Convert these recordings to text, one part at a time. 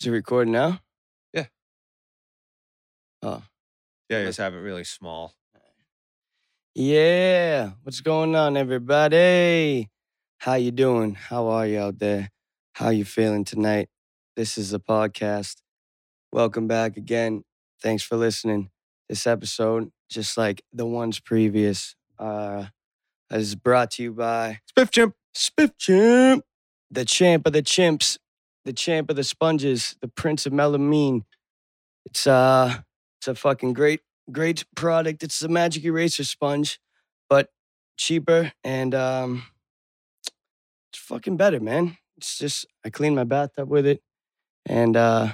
Is it recording now? Yeah. Oh. Yeah, you just have it really small. Yeah. What's going on, everybody? How you doing? How are you out there? How you feeling tonight? This is the podcast. Welcome back again. Thanks for listening. This episode, just like the ones previous, uh, is brought to you by Spiff chimp. Spiff Chimp, the champ of the chimps, the champ of the sponges, the prince of melamine. It's uh, it's a fucking great, great product. It's the magic eraser sponge, but cheaper and um, it's fucking better, man. It's just I cleaned my bathtub with it, and uh,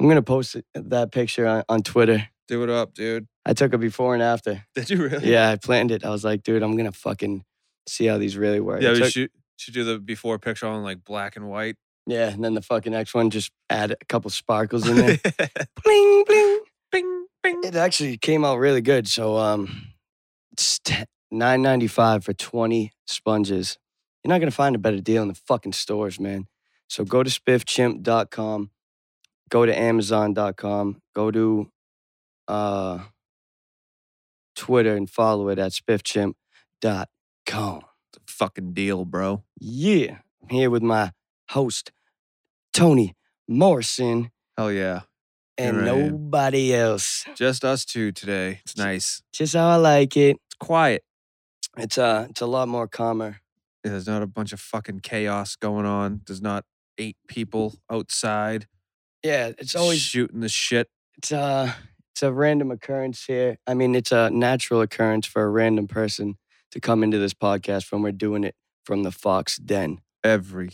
I'm gonna post it, that picture on, on Twitter. Do it up, dude. I took a before and after. Did you really? Yeah, I planned it. I was like, dude, I'm gonna fucking see how these really work. Yeah, I we took- should should do the before picture on like black and white. Yeah, and then the fucking next one just add a couple sparkles in there. bling bling. bing, bing. It actually came out really good. So um it's te- 9.95 for 20 sponges. You're not going to find a better deal in the fucking stores, man. So go to spiffchimp.com, go to amazon.com, go to uh Twitter and follow it at spiffchimp.com. Fucking deal, bro. Yeah. I'm here with my host Tony Morrison. Hell yeah. and Here I am. nobody else. Just us two today. It's nice. Just how I like it. It's quiet. It's uh, it's a lot more calmer. There's not a bunch of fucking chaos going on. There's not eight people outside Yeah, it's always shooting the shit. it's uh, it's a random occurrence here. I mean, it's a natural occurrence for a random person to come into this podcast when we're doing it from the Fox Den Every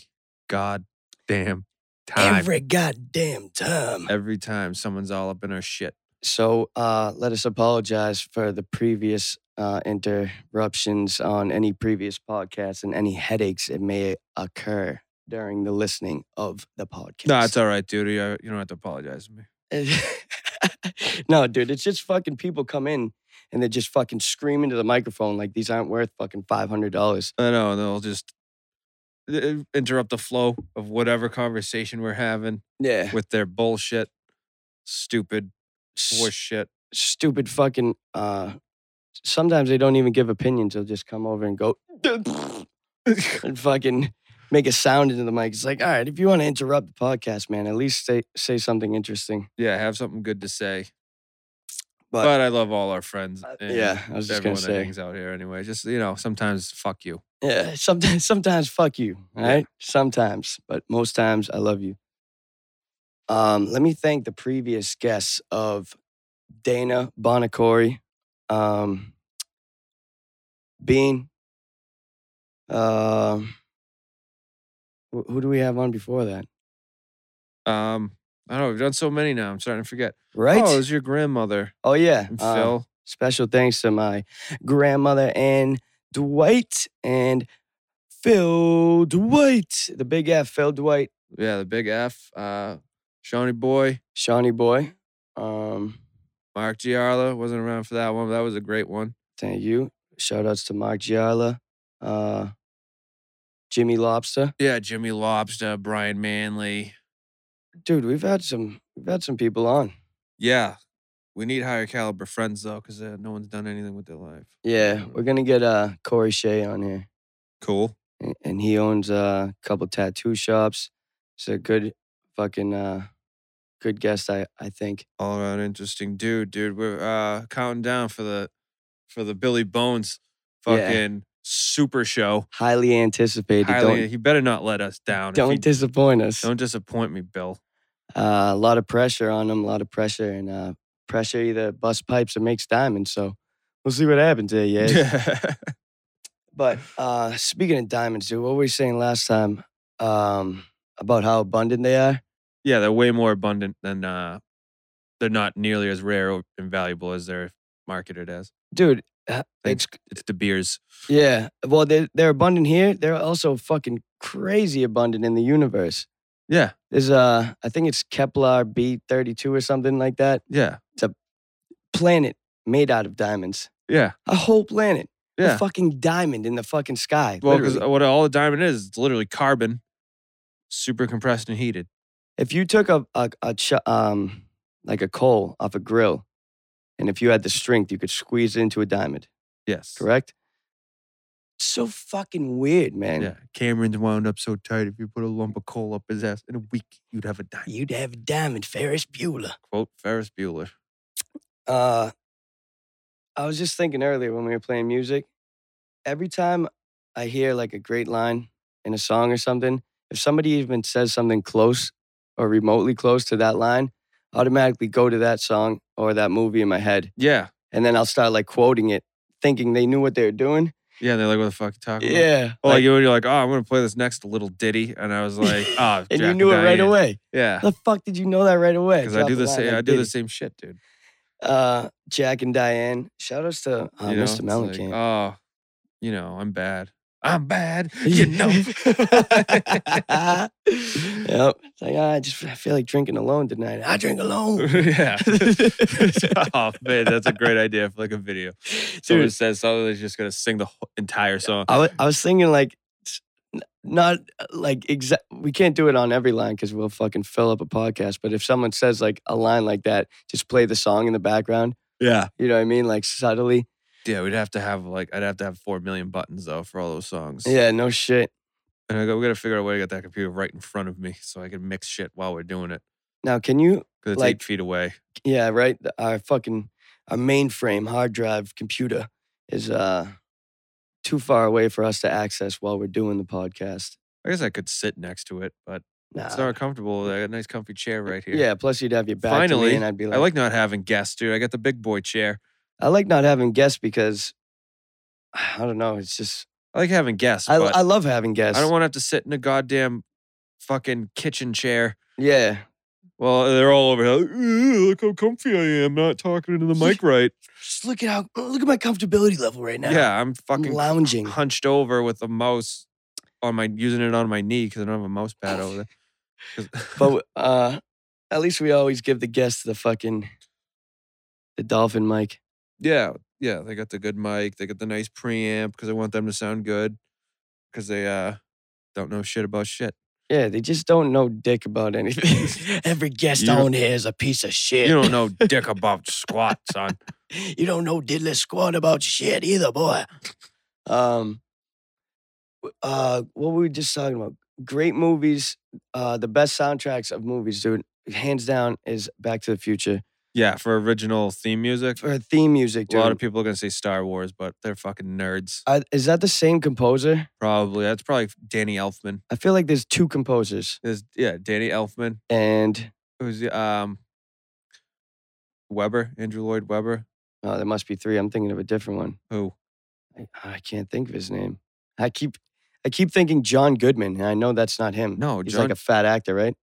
goddamn time. every goddamn time. Every time someone's all up in our shit. So uh, let us apologize for the previous uh, interruptions on any previous podcasts and any headaches it may occur during the listening of the podcast. No, it's all right, dude. You you don't have to apologize to me. no, dude, it's just fucking people come in and they're just fucking screaming to the microphone like these aren't worth fucking five hundred dollars. I know, and they'll just i- interrupt the flow of whatever conversation we're having Yeah, with their bullshit, stupid horse S- shit. stupid fucking. uh Sometimes they don't even give opinions. They'll just come over and go and fucking make a sound into the mic. It's like, all right, if you want to interrupt the podcast, man, at least say say something interesting. Yeah, have something good to say. But, But, I love all our friends. uh, and yeah, I was just gonna everyone that say, hangs out here anyway. Just you know, sometimes fuck you. yeah. Sometimes, sometimes, fuck you. All Yeah. right, sometimes, but most times, I love you. Um, let me thank the previous guests of Dana Bonacore, um, Bean. Um, who, who do we have on before that? Um, I don't know. We've done so many now. I'm starting to forget. Right? Oh, it Oh, was your grandmother yeah. and uh, Phil. Special thanks to my grandmother and Dwight and Phil Dwight, the big F, Phil Dwight, Yeah, the big F. Uh, Shawnee boy, Shawnee boy. Um, Mark Giarla wasn't around for that one. But that was a great one. thank you. Shout outs to Mark Giala, uh, Jimmy Lobster. Yeah, Jimmy Lobster, Brian Manley. Dude, we've had some we've had some people on. Yeah. We need higher caliber friends though, because uh, no one's done anything with their life. Yeah, we're gonna get uh Corey Shea on here. Cool. And, and he owns uh, a couple tattoo shops. He's a good fucking uh good guest, I I think. All around interesting dude, dude. We're uh counting down for the for the Billy Bones Yeah. fucking super show. Highly anticipated. Highly, don't he better not let us down. If don't he- disappoint us. don't disappoint me, Bill. Uh, a lot of pressure on him, a lot of pressure, and uh, pressure either busts pipes or makes diamonds. So we'll see what happens here, yeah. But uh, speaking of diamonds, dude, what were we saying last time um, about how abundant they are? yeah, they're way more abundant than uh they're not nearly as rare or invaluable as they're marketed as. Dude, uh, Like, it's It's the beers. yeah. Well, they they're abundant here. They're also fucking crazy abundant in the universe. Yeah. There's uh I think it's Kepler B32 or something like that. Yeah. Planet made out of diamonds. Yeah. A whole planet. Yeah. A fucking diamond in the fucking sky. Well, uh because literally. what all a diamond is, it's literally carbon, super compressed and heated. if you took a a, a ch- um like a coal off a grill, and if you had the strength, you could squeeze it into a diamond. Yes. Correct. So fucking weird, man. Yeah. Cameron's wound up so tight. If you put a lump of coal up his ass in a week, you'd have a diamond. You'd have a diamond, Ferris Bueller. Quote Ferris Bueller. Uh, I was just thinking earlier when we were playing music. Every time I hear like a great line in a song or something, if somebody even says something close or remotely close to that line, I automatically go to that song or that movie in my head, Yeah. and then I'll start like quoting it, thinking they knew what they were doing. Yeah. They're like, what the fuck you talking about? Yeah, Well, like, like- you're like, oh, I'm gonna play this next little ditty, and I was like, ah, and Jack you knew it right Diane." away. Yeah, How the fuck did you know that right away? because I do Drop a the line same. like I do the Diddy. same shit, dude. Uh, Jack and Diane. Shout outs to uh, You Mr. know, it's Mellencamp. Like, oh, you know, I'm bad. I'm bad. You know. yep. It's like, "Ah, I just I feel like drinking alone tonight. I drink alone. yeah. oh man, that's a great idea for like a video. Someone Dude. says something, they're just gonna sing the whole entire song. I wa- I was thinking like, s- n- not uh, like exact. We can't do it on every line because we'll fucking fill up a podcast. But if someone says like a line like that, just play the song in the background. Yeah, You know what I mean? Like subtly. yeah. We'd have to have like I'd have to have four million buttons though for all those songs. Yeah. No shit. and I go, we gotta figure out a way to get that computer right in front of me so I can mix shit while we're doing it Now, can you? because it's Like- eight feet away. Yeah. Right. The- Our fucking our mainframe hard drive computer is uh too far away for us to access while we're doing the podcast. I guess I could sit next to it, but Nah. it's not comfortable. I got a nice comfy chair right here. Yeah, plus you'd have your back to Finally, me, and I'd be like, I like not having guests, dude. I got the big boy chair. I like not having guests because I don't know. It's just I like having guests, I, but I love having guests. I don't want to have to sit in a goddamn fucking kitchen chair. yeah, Well, they're all over here. like, "Ooh, Look how comfy I am. Not talking into the mic right. just look at how look at my comfortability level right now. Yeah, I'm I'm fucking lounging. hunched over with a mouse on my using it on my knee because I don't have a mouse pad over there. 'Cause- But uh, at least we always give the guests the fucking the dolphin mic. Yeah, yeah, they got the good mic. They got the nice preamp because I want them to sound good because they uh don't know shit about shit. Yeah, they just don't know dick about anything. Every guest You- on here is a piece of shit. You don't know dick about squat, son. You don't know diddly squat about shit either, boy. Um, w- uh, what were we just talking about? Great movies, uh, the best soundtracks of movies, dude. Hands down is Back to the Future Yeah, for original theme music, for theme music, a dude. lot of people are gonna say Star Wars, but they're fucking nerds. uh, is that the same composer? Probably that's probably Danny Elfman. I feel like there's two composers, Is yeah, Danny Elfman, and who's the, um Weber, Andrew Lloyd Webber, oh, there must be three. I'm thinking of a different one. who I, I can't think of his name. I keep, I keep thinking John Goodman, and I know that's not him. No, he's John- like a fat actor, right?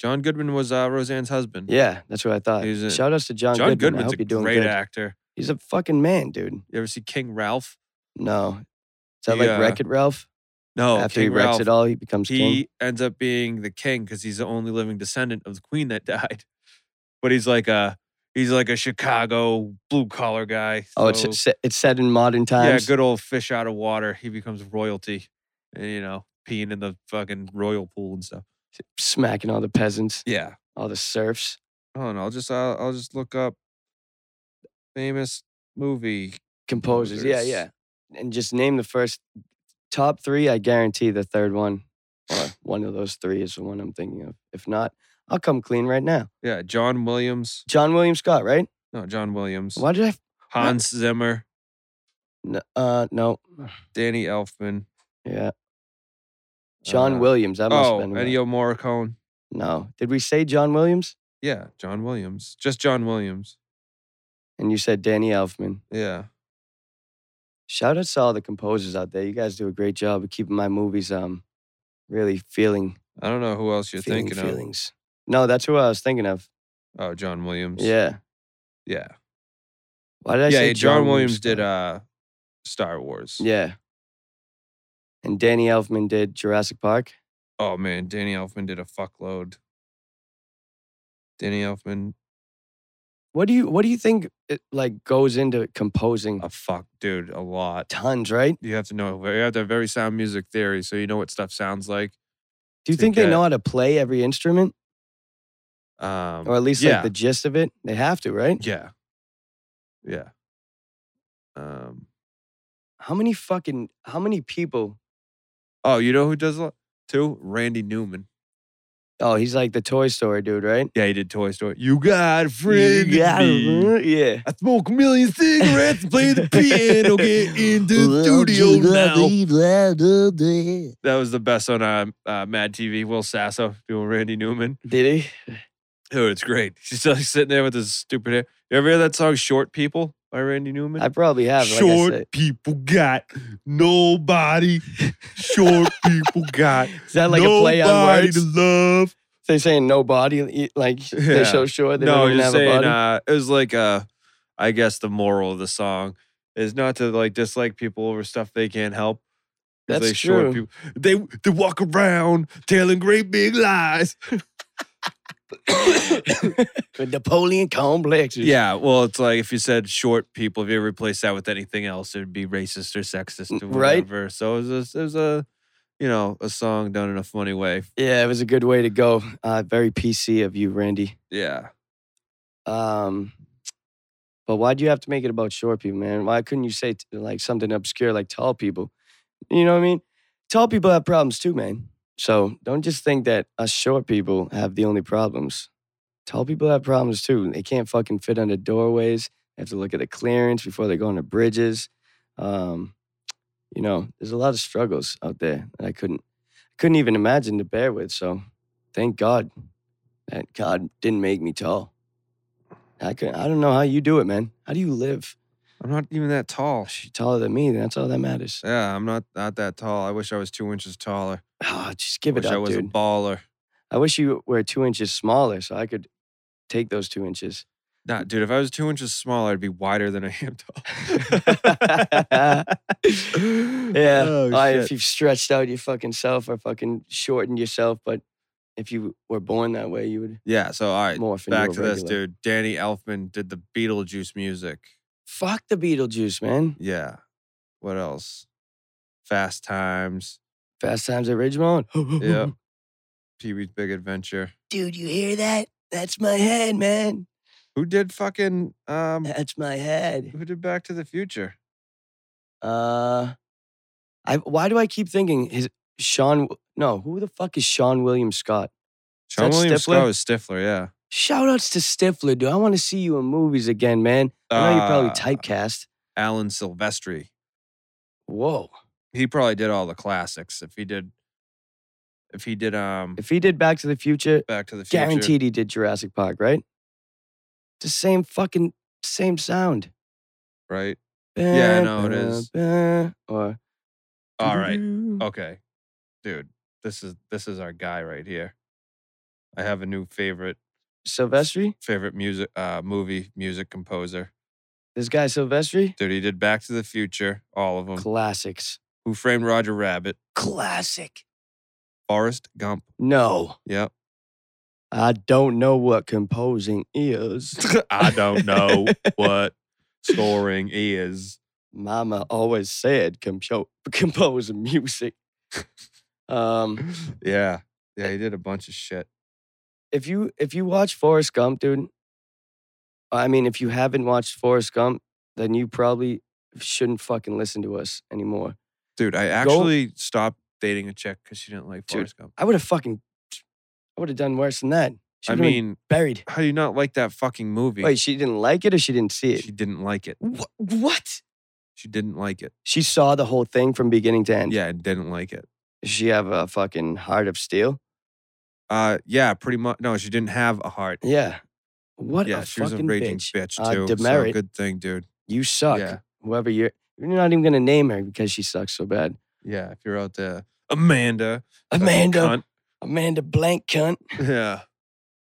John Goodman was uh, Roseanne's husband. Yeah, that's what I thought. He's a- Shout outs to John, John Goodman. I Goodman's hope a you're doing great good. actor. He's a fucking man, dude. You ever see King Ralph? No. Is that He, like uh, Wreck It Ralph? No, After Oh, King he wrecks Ralph. it all, he becomes king. he ends up being the king because he's the only living descendant of the queen that died. But he's like a he's like a Chicago blue collar guy. Oh, it's so- it's set- it's set in modern yeah, times. good old fish out of water. He becomes royalty, and, you know, peeing in the fucking royal pool and stuff. Smacking all the peasants, Yeah, all the serfs. I don't know. I'll just I'll, I'll just look up famous movie. Composers. Yeah, Composers. yeah. And just name the first top three. I guarantee the third one or one of those three is the one I'm thinking of. If not, I'll come clean right now. Yeah, John Williams. John William Scott, right? No, John Williams. Why did I? f- Hans Zimmer, n- Uh, no. Danny Elfman. Yeah. John Uh, Williams. That must Oh, have been. him. Ennio Morricone. No. Did we say John Williams? Yeah, John Williams. Just John Williams. And you said Danny Elfman. Yeah. Shout out to all the composers out there. You guys do a great job of keeping my movies um really feeling I don't know who else you're feeling thinking feelings. No, that's who I was thinking of. of. Oh, John Williams. Yeah. Yeah. Why did I yeah, say uh, John, Williams did Scott? uh Star Wars. yeah. and Danny Elfman did Jurassic Park. Oh man, Danny Elfman did a fuckload. Danny Elfman, What do you What do you think it, like goes into composing? a fuck dude, a lot. Tons, right? You have to know. You have to have very sound music theory, so you know what stuff sounds like. Do you To think they get- know how to play every instrument, Um, or at least yeah, like the gist of it? They have to, right? yeah, yeah. Um, How many fucking How many people? oh, you know who does a lot too? Randy Newman. Oh, he's like the Toy Story dude, right? Yeah, he did Toy Story. You got You friend got me. it, Yeah. I smoke a million cigarettes, play the piano, get in the studio now. now. That was the best on uh, uh, Mad TV. Will Sasso doing Randy Newman. Did he? Dude, it's great. She's like sitting there with his stupid hair. You ever hear that song "Short People" by Randy Newman? I probably have. Like I short said. people got nobody. Short people got Is that like nobody a play on words? to love. They're saying no body, y- like Yeah. they're so short they no, don't even have just a saying. body. Uh, it was like, uh, I guess the moral of the song is not to like dislike people over stuff they can't help. 'cause That's they true. people. They they walk around telling great big lies. The Napoleon complexes. uh, Yeah, well, it's like if you said short people, if you replace that with anything else, it'd be racist or sexist or Right. whatever. So it was, a, it was a, you know, a song done in a funny way. yeah, it was a good way to go. Uh, very PC of you, Randy. Yeah, Um, but why do you have to make it about short people, man? Why couldn't you say t- like something obscure like tall people? You know what I mean? Tall people have problems too, man. So don't just think that us short people have the only problems. Tall people have problems too. They can't fucking fit under doorways. They have to look at the clearance before they go under bridges. Um, you know, there's a lot of struggles out there that I couldn't, I couldn't even imagine to bear with. So, thank God that God didn't make me tall. I could I don't know how you do it, man. How do you live? I'm not even that tall. She's taller than me. That's all that matters. Yeah, I'm not not that tall. I wish I was two inches taller. Oh, just give wish it I up, was a dude. baller. I wish you were two inches smaller so I could take those two inches. Nah, dude, if I was two inches smaller, I'd be wider than I am tall. yeah. Oh, I- shit. if you've stretched out your fucking self or fucking shortened yourself, but if you were born that way, you would yeah. So all right, morph into back a to this, regular. dude. Danny Elfman did the Beetlejuice music. Fuck the Beetlejuice, man. Yeah. What else? Fast Times. Fast Times at Ridgemont. Yeah. Pee Wee's Big Adventure. Dude, you hear that? That's my head, man. Who did fucking um That's my head. who did Back to the Future? Uh, I why do I keep thinking his Sean? No, who the fuck is Sean William Scott? Sean that William Stifler? Scott was Stifler, yeah. Shout outs to Stifler, dude. I want to see you in movies again, man. I know you're probably Uh, typecast. Alan Silvestri. Whoa. He probably did all the classics. If he did if he did um If he did Back to the Future, Back to the Future. guaranteed he did Jurassic Park, right? The same fucking same sound. Right? Yeah, I know it is. Or All right. Oh. doo-doo-doo. Okay. Dude, this is this is our guy right here. I have a new favorite Silvestri. favorite music uh movie music composer. This guy Silvestri. Dude, he did Back to the Future, all of them. Classics. Who Framed Roger Rabbit, Classic. Forrest Gump. No. Yep. I don't know what composing is. I don't know what scoring is. Mama always said compo- compose music. um, Yeah. Yeah, he did a bunch of shit. if you if you watch Forrest Gump, dude, I mean, if you haven't watched Forrest Gump, then you probably shouldn't fucking listen to us anymore. Dude, I actually stopped dating a chick because she didn't like Dude, Forrest Gump. I would have fucking, I would have done worse than that. She I would've been mean, buried. how do you not like that fucking movie? Wait, she didn't like it or she didn't see it. she didn't like it. Wha- what? She didn't like it. She saw the whole thing from beginning to end. Yeah, and didn't like it. Does she have a fucking heart of steel? Uh, yeah, pretty much. No, she didn't have a heart. Yeah. What yeah, a she was a fucking raging bitch. bitch, Uh, too. so demerit. good thing, dude. You suck. Yeah. Whoever you're, you're not even gonna name her because she sucks so bad. Yeah, if you're out there, Amanda. fucking Amanda, cunt. Amanda blank cunt. Yeah,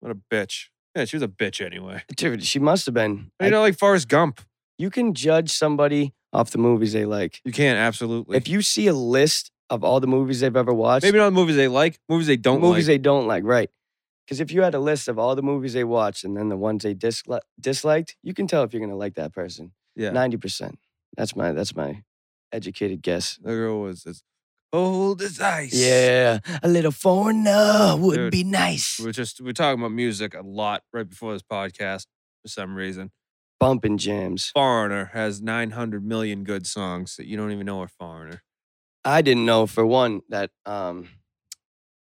what a bitch. Yeah, she was a bitch anyway. Dude, she must have been. You I- know, like Forrest Gump. you can judge somebody off the movies they like. You can't absolutely. If you see a list of all the movies they've ever watched. Maybe not the movies they like, movies they don't movies like. they don't like, right? Because if you had a list of all the movies they watched and then the ones they disli- disliked, you can tell if you're gonna like that person. yeah. Ninety percent. That's my that's my educated guess. the girl was as cold as ice. Yeah, a little foreigner would Dude. be nice. We We're just we we're talking about music a lot right before this podcast for some reason. Bumping jams. Foreigner has 900 million good songs that you don't even know are Foreigner. I didn't know for one that um,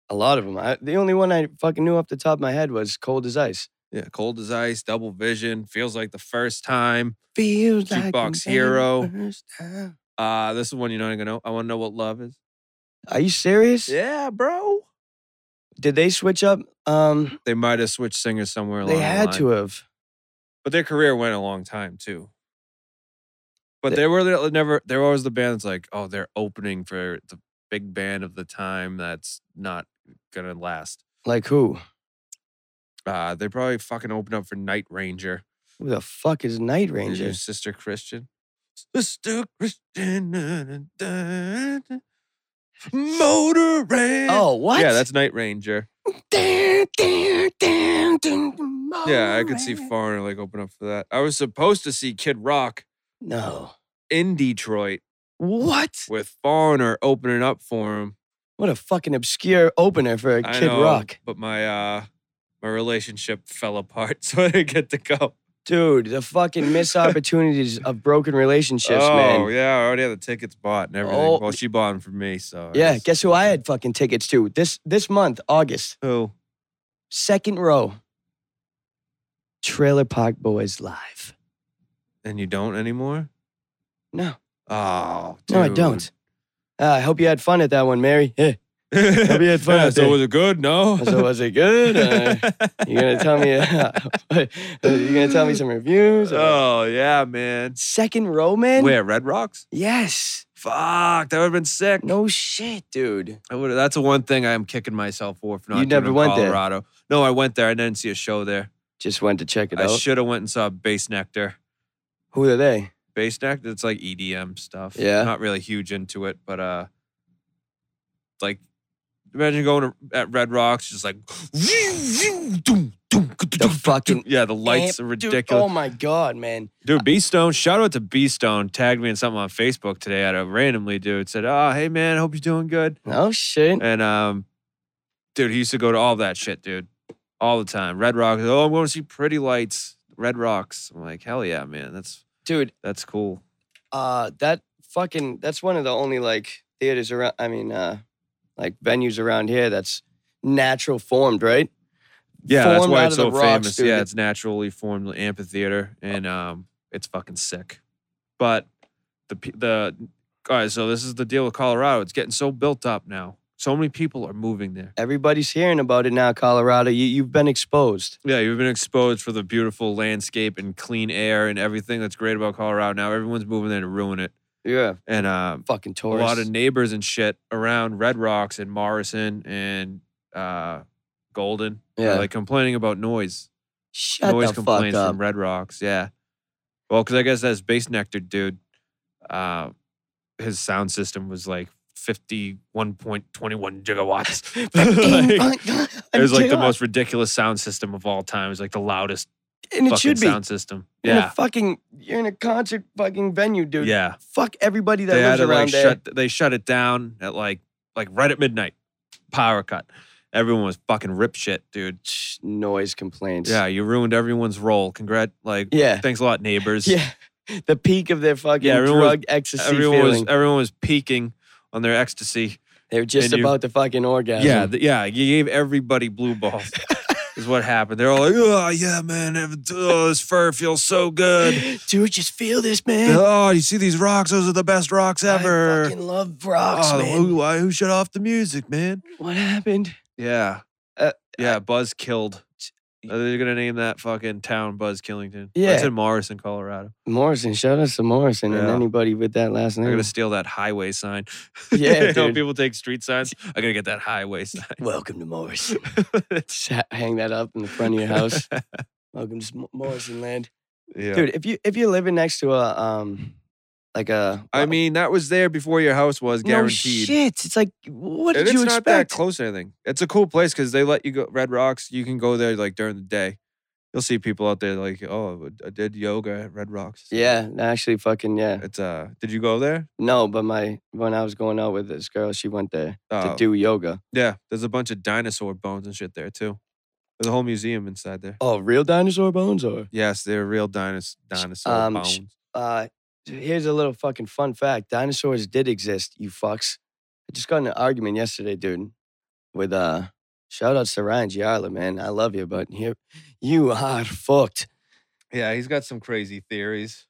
a lot of them. I, the only one I fucking knew off the top of my head was "Cold as Ice." Yeah, Cold as Ice, Double Vision, feels like the first time. Feels like Jukebox the Hero. Uh, this is one you know I'm gonna know. I want to know what love is. Are you serious? Yeah, bro. Did they switch up? Um, They might have switched singers somewhere along they had the line. to have. but their career went a long time too. But Th- they were the- never. They were always the bands like, oh, they're opening for the big band of the time that's not gonna last. Like who? Uh, they probably fucking opened up for Night Ranger. Who the fuck is Night Is your Ranger? sister Christian. Sister Christian. na, na, da, da, Motor Ranch. Oh, what? Yeah, that's Night Ranger. Yeah, I could Oh, see Foreigner like open up for that. I was supposed to see Kid Rock No. in Detroit What? with Foreigner opening up for him. What a fucking obscure opener for a I Kid know, Rock. But my uh my relationship fell apart, so I didn't get to go. Dude, the fucking missed opportunities of broken relationships, oh man. yeah, I already had the tickets bought and everything. Oh. Well, she bought them for me, so I Yeah, just- guess who I had fucking tickets to? This this month, August, who? second row. Trailer Park Boys live. And you don't anymore? No, Oh, no, I dude. don't. Uh, I hope you had fun at that one, Mary. Yeah. Hope you had fun out so there. was it good? No. So was it good? Uh, you gonna tell me? uh, you gonna tell me some reviews? or- oh yeah, man. Second row, man. Where Red Rocks? Yes. Fuck, that would have been sick. No shit, dude. I would. That's the one thing I'm kicking myself for for not You doing never in went there. Colorado. No, I went there. I didn't see a show there. Just went to check it I out. should have went and saw Bass Nectar. Who are they? bass neck that's like EDM stuff. Yeah. Not really huge into it, but uh like imagine going to, at Red Rocks just like the fucking Yeah, the lights Amp- are Dude, oh ridiculous. my god, man. Dude, B Stone, shout out to B Stone, tagged me in something on Facebook today at a randomly dude said, Oh, hey man, hope you're doing good. No Oh, shit. And um dude, he used to go to all that shit, dude. All the time. Red Rocks. Oh, I'm going to see pretty lights. Red Rocks. I'm like, hell yeah, man. That's Dude, that's cool. uh that fucking that's one of the only like theaters around I mean uh like venues around here that's natural formed, right? Yeah, that's Formed why out it's of so the rocks, famous. dude. Yeah, it's naturally formed amphitheater, and um, it's fucking sick. But the pe- the all right, so this is the deal with Colorado. It's getting so built up now. So many people are moving there. Everybody's hearing about it now, Colorado. You you've been exposed. Yeah, you've been exposed for the beautiful landscape and clean air and everything that's great about Colorado. Now everyone's moving there to ruin it, Yeah. and um, Fucking a tourists. lot of neighbors and shit around Red Rocks and Morrison and uh, Golden. are, Yeah. like complaining about noise. Shut noise the fuck complaints up. from Red Rocks. Yeah. Well, because I guess that's Bass Nectar, dude. Uh, his sound system was like 51.21 gigawatts. Oh like, it was like the most ridiculous sound system of all time. It was like the loudest and it fucking should be. sound system. You're in a Yeah. fucking you're in a concert fucking venue, dude. Yeah. Fuck everybody that they lives had to around like there. shut they shut it down at like like right at midnight. Power cut. Everyone was fucking rip shit, dude. Shh, Noise complaints. Yeah, you ruined everyone's role. Congrat like Yeah. thanks a lot, neighbors. Yeah. The peak of their fucking Yeah, everyone was- drug ecstasy everyone feeling. was everyone was peaking on their ecstasy. they were just and you- about to fucking orgasm. Yeah, th- yeah. You gave everybody blue balls. is what happened. They're all like, oh yeah, man, ev- oh, this fur feels so good. Dude, just feel this, man. Oh, you see these rocks? Those are the best rocks I ever. fucking love rocks, oh, man. Who, why- who shut off the music, man? What happened? Yeah, Uh, yeah. Buzz killed. Uh, They're gonna name that fucking town Buzz Killington. that's Yeah. in Morrison, Colorado. Morrison, shout out to Morrison and Yeah. anybody with that last They're name. gonna steal that highway sign. Mm. Yeah, you know, dude. people take street signs. I gotta get that highway sign. Welcome to Morrison. Just ha- hang that up in the front of your house. Welcome to Morrison land. yeah. Dude, if you if you're living next to a um Like a. I mean, that was there before your house was guaranteed. No shit. It's like, what and did it's you not that expect? close or anything. It's a cool place because they let you go Red Rocks. You can go there like during the day. You'll see people out there like, oh, I did yoga at Red Rocks. Yeah, actually, fucking yeah. It's uh, did you go there? No, but my when I was going out with this girl, she went there Oh, to do yoga. yeah. There's a bunch of dinosaur bones and shit there too. There's a whole museum inside there. Oh, real dinosaur bones or? Yes, they're real dinos- dinosaur um, bones. sh- uh, here's a little fucking fun fact: dinosaurs did exist. You fucks. I just got in an argument yesterday, dude. With uh, shout outs to Ryan Giarla, man. I love you, but here, you are fucked. yeah, he's got some crazy theories.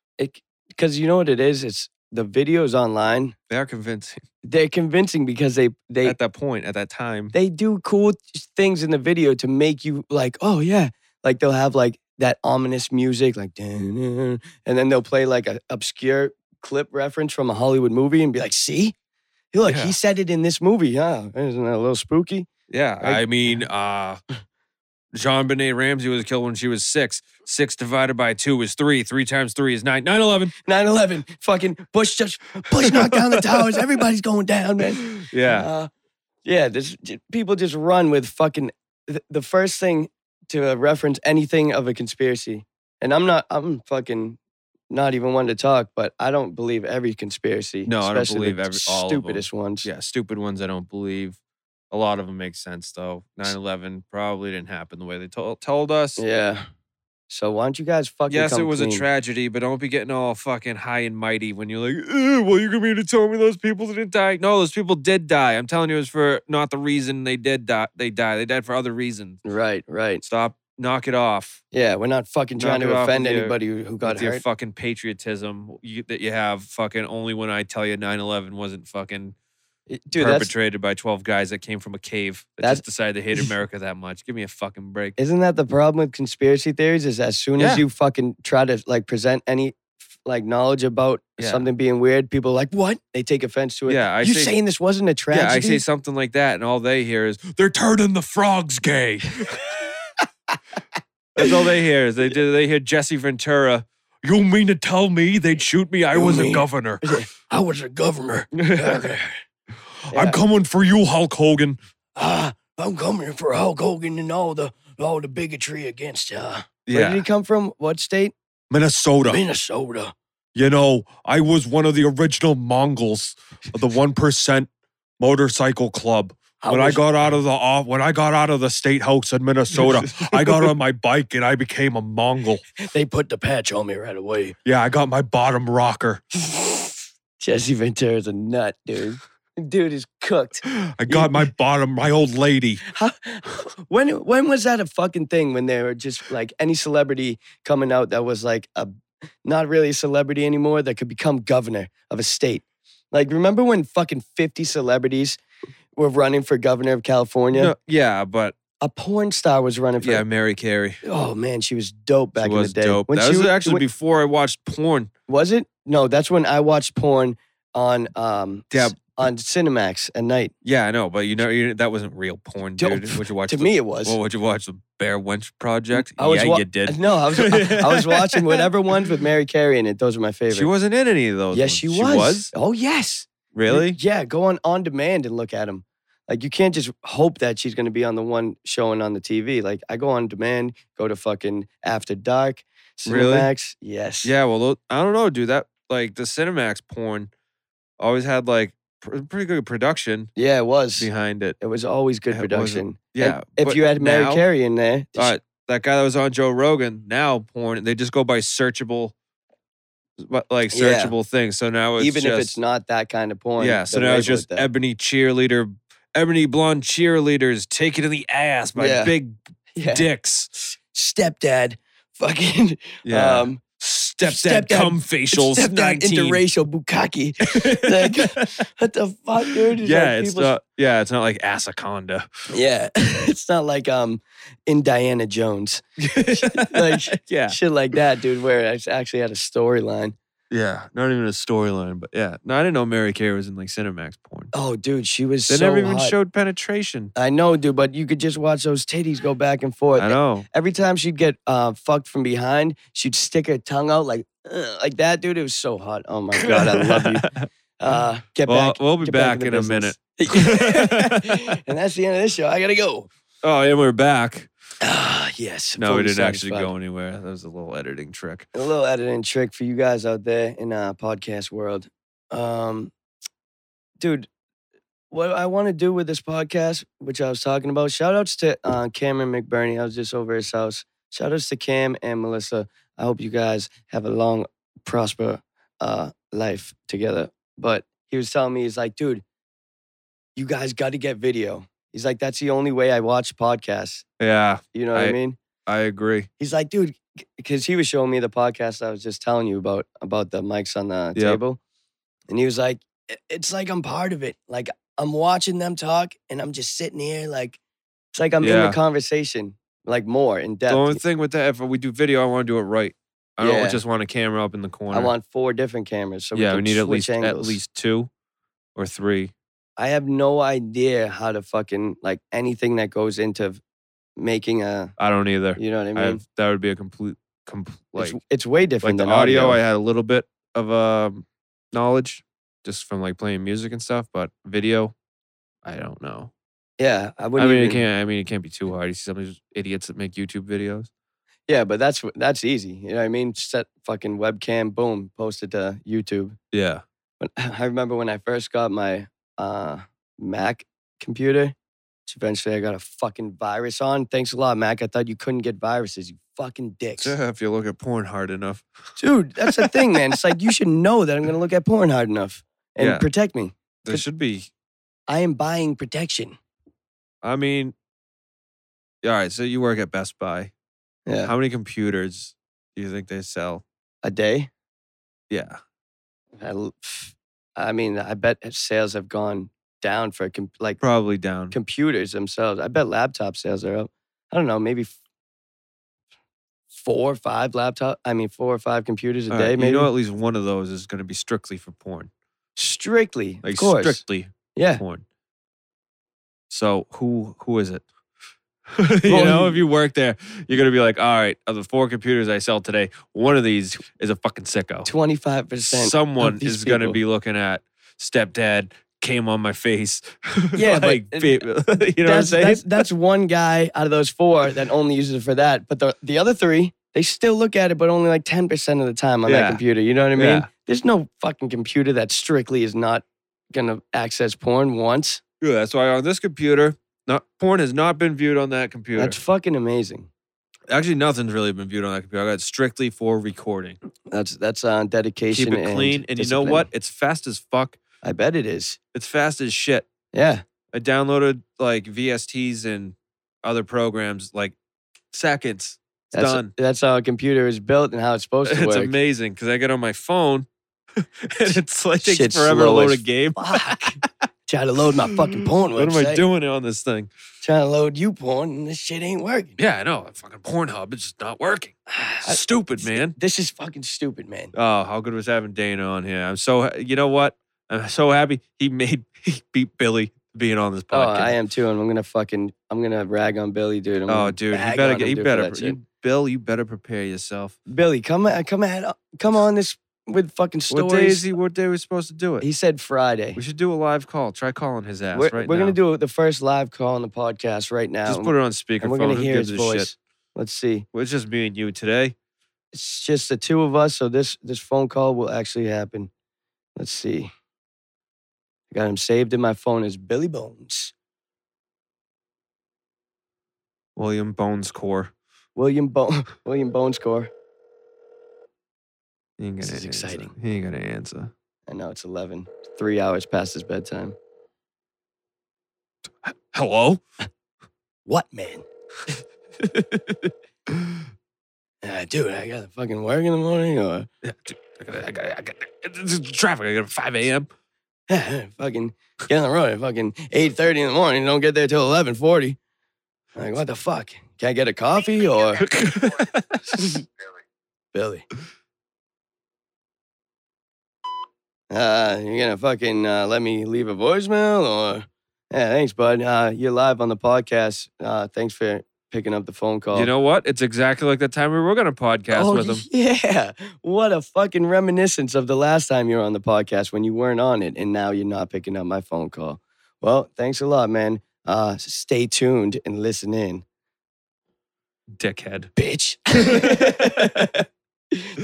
Because you know what it is? It's the videos online. They are convincing They're convincing because they they at that point, at that time. they do cool th- things in the video to make you like, oh yeah, like they'll have like that ominous music, like, "Dun-dun-dun," and then they'll play like an obscure clip reference from a Hollywood movie and be like, see, look, Yeah. he said it in this movie, huh? Isn't that a little spooky? yeah, I- I, mean, uh, Jean Benet Ramsey was killed when she was six. Six divided by two is three. Three times three is nine. Nine eleven. 9-11, fucking Bush just Bush knocked down the towers, everybody's going down, man. Yeah. Uh, yeah, this, j- people just run with fucking th- the first thing to uh, reference anything of a conspiracy. And I'm not, I'm fucking not even one to talk, but I don't believe every conspiracy. No, I don't especially believe the every- all of 'em. stupidest ones. Yeah. Stupid ones I don't believe. A lot of them make sense though. 9 11 probably didn't happen the way they told told us. Yeah. So why don't you guys fucking Yes, come it was a clean? tragedy, but don't be getting all fucking high and mighty when you're like, "Ugh, well, you're gonna be able to tell me those people didn't die. No, those people did die. I'm telling you, it was for not the reason they did die. They died. They died for other reasons. Right, right. Stop. Knock it off. Yeah, we're not fucking trying Knock it to off offend with your- anybody who, who got With your hurt. fucking patriotism you, that you have, fucking only when I tell you 9/11 wasn't fucking It- Dude, that's, perpetrated by 12 guys that came from a cave that That's- just decided they hated America that much. Give me a fucking break. isn't that the problem with conspiracy theories? Is as soon as Yeah. you fucking try to like present any f- like knowledge about Yeah. something being weird, people are like what they take offense to it. Yeah, I you say- saying this wasn't a tragedy? Yeah, I say something like that, and all they hear is they're turning the frogs gay. That's all they hear. Is they they hear Jesse Ventura. You mean to tell me they'd shoot me? I You was mean- a governor. I was a governor. Yeah. I'm coming for you, Hulk Hogan. Ah, I'm coming for Hulk Hogan and all the all the bigotry against. Uh, Where did he come from? What state? Minnesota. Minnesota. You know, I was one of the original Mongols of the one percent motorcycle club. when I was- got out of the off, when I got out of the state house in Minnesota, I got on my bike and I became a Mongol. they put the patch on me right away. Yeah, I got my bottom rocker. Jesse Ventura's a nut, dude. Dude is cooked. I got my bottom, my old lady. How, when when was that a fucking thing? When they were just like any celebrity coming out that was like a not really a celebrity anymore that could become governor of a state. Like remember when fucking fifty celebrities were running for governor of California? No, yeah, but A porn star was running for. yeah, Mary Carey. Oh man, she was dope back She was in the day. dope. When that she was wa- actually when- before I watched porn. was it? No, that's when I watched porn on um Yeah. s- on Cinemax at night. Yeah, I know, but you know you, that wasn't real porn, Dope. dude. Would you watch? To the, me, it was. well, would you watch the Bear Wench Project? I was yeah, wa- you did. No, I was I, I was watching whatever ones with Mary Carey in it. Those are my favorite. She wasn't in any of those. Yes, ones. she was. She was Oh yes. You- really. Yeah. Go on on demand and look at them. Like you can't just hope that she's gonna be on the one showing on the TV. Like I go on demand, go to fucking After Dark, Really? Cinemax. Yes. Yeah, well, tho- I don't know, dude. That like the Cinemax porn always had like pr- pretty good production Yeah. It was. behind it. It was always good It wasn't- production. And Yeah, if but you had Mary now- Carey in there, All right, Uh, that guy that was on Joe Rogan now porn. They just go by searchable, but like Yeah. searchable things. So now it's even if just- it's not that kind of porn. yeah. So they'll now it's label it just that. ebony cheerleader, ebony blonde cheerleaders taken in the ass by Yeah. big yeah. dicks. S- Stepdad, fucking Yeah. um, stepdad, stepdad- cum facials. stepdad 19. interracial bukkake. like, what the fuck, dude? It's yeah, like it's people- not. Yeah, it's not like Asaconda. Yeah, it's not like um in Diana Jones, like yeah, shit like that, dude. Where I actually had a storyline. yeah. Not even a storyline, but yeah. No, I didn't know Mary Kay was in like Cinemax porn. one. Oh, dude, she was They so never even hot. showed penetration. I know, dude, but you could just watch those titties go back and forth. I know. Every time she'd get uh, fucked from behind, she'd stick her tongue out like "Ugh," like that, dude. It was so hot. Oh my god, I love you. Uh, get well, back. we'll be get back, the in a business. minute. and that's the end of this show. I gotta go. Oh, and we're back. Ah, yes. No, we fully didn't actually satisfied. go anywhere. That was a little editing trick. A little editing trick for you guys out there in uh, podcast world, um, dude. What I want to do with this podcast, which I was talking about, shout outs to uh, Cameron McBurney. I was just over his house. Shout outs to Cam and Melissa. I hope you guys have a long, prosper uh, life together. But he was telling me, he's like, dude, you guys got to get video. He's like, that's the only way I watch podcasts. Yeah, You know what I I- mean? I agree. He's like, dude, because he was showing me the podcast I was just telling you about about the mics on the Yep. table, and he was like, "I- it's like I'm part of it. Like I'm watching them talk, and I'm just sitting here, like it's like I'm in Yeah. the conversation, like more in The depth. only thing with that, if we do video, I want to do it right. I don't Yeah. just want a camera up in the corner. I want four different cameras, so we, yeah, we can need switch at least angles. at least two or three. I have no idea how to fucking like anything that goes into v- making a. I don't either. You know what I mean? I have, that would be a complete, complete like it's, it's way like different the than audio, I had a little bit of um, knowledge just from like playing music and stuff, but video, I don't know. yeah, I I wouldn't. mean, even, it can't. I mean, it can't be too hard. You see some of these idiots that make YouTube videos. Yeah, but that's wh- that's easy. You know what I mean? Set fucking webcam, boom, post it to YouTube. Yeah, But I remember when I first got my uh, Mac computer, which eventually I got a fucking virus on. Thanks a lot, Mac. I thought you couldn't get viruses, you fucking dicks. if you look at porn hard enough. Dude, that's the thing, man. It's like you should know that I'm gonna look at porn hard enough and Yeah. protect me. There Could- should be. I am buying protection. I mean, all right. So you work at Best Buy. Yeah. How many computers do you think they sell? A day. Yeah, I, l- pff, I mean, I bet sales have gone down for com- like probably down. computers themselves. I bet laptop sales are up. I don't know, maybe f- four or five laptop. I mean, four or five computers a All right, day. maybe you know, at least one of those is going to be strictly for porn. strictly, Like of course. strictly yeah, porn. So who who is it? you know, if you work there, you're gonna be like, all right, of the four computers I sell today, one of these is a fucking sicko. twenty five percent. Someone these is gonna people. be looking at stepdad came on my face. Yeah, but like it- pe- you know what I'm That's, saying? that's that's one guy out of those four that only uses it for that. But the the other three, they still look at it, but only like ten percent of the time on that Yeah. computer. You know what I mean? Yeah. There's no fucking computer that strictly is not gonna access porn once. Yeah, that's why on this computer, not porn has not been viewed on that computer. That's fucking amazing. Actually, nothing's really been viewed on that computer. I got it strictly for recording. That's that's uh, dedication. Keep it clean, and you know discipline. what? It's fast as fuck. I bet it is. It's fast as shit. Yeah. I downloaded like VSTs and other programs like seconds. It's That's, done. that's how a computer is built and how it's supposed to it's work. amazing because I get on my phone and it's like takes Shit's forever to slow load as a game. Fuck. Trying to load my fucking porn Mm, What website. am I doing on this thing? Trying to load you porn and this shit ain't working. Yeah, I know. Fucking Pornhub. It's just not working. I- Stupid, man. this is fucking stupid, man. Oh, how good was having Dana on here? I'm so ha- you know what? I'm so happy he made he beat Billy being on this Oh, podcast. I am too, and I'm gonna fucking I'm gonna rag on Billy, dude. I'm Oh, gonna dude, you bag better on get him, you dude, for better that pre- shit. you, Bill, you better prepare yourself. Billy, come at- come at come on this with fucking stories. What day is he? What day are we supposed to do it? He said Friday. We should do a live call. Try calling his ass We're, right we're now. gonna do the first live call on the podcast right now. Just and- put it on and we're gonna speakerphone. Who hear his gives a voice. shit? Let's see. It's just me and you today. it's just the two of us, so this this phone call will actually happen. Let's see. I got him saved in my phone as Billy Bones, William Bones Core. William Bone, William Bones Core. He ain't This gonna is answer. exciting. He ain't gonna answer. I know it's eleven, three hours past his bedtime. Hello. What man? Uh, dude, I got to fucking work in the morning, or Yeah, dude, I gotta- I gotta- I gotta- it's just traffic. I got 5 a.m. fucking get on the road at fucking eight thirty in the morning. Don't get there till eleven forty. Like what the fuck? Can I get a coffee or Billy? Uh, you're gonna fucking uh, let me leave a voicemail or? Yeah, thanks, bud. Uh, you're live on the podcast. Uh, thanks for picking up the phone call. You know what? It's exactly like the time we were going to podcast oh, with him. yeah. What a fucking reminiscence of the last time you were on the podcast when you weren't on it and now you're not picking up my phone call. Well, thanks a lot, man. Uh, s- stay tuned and listen in, Dickhead. bitch.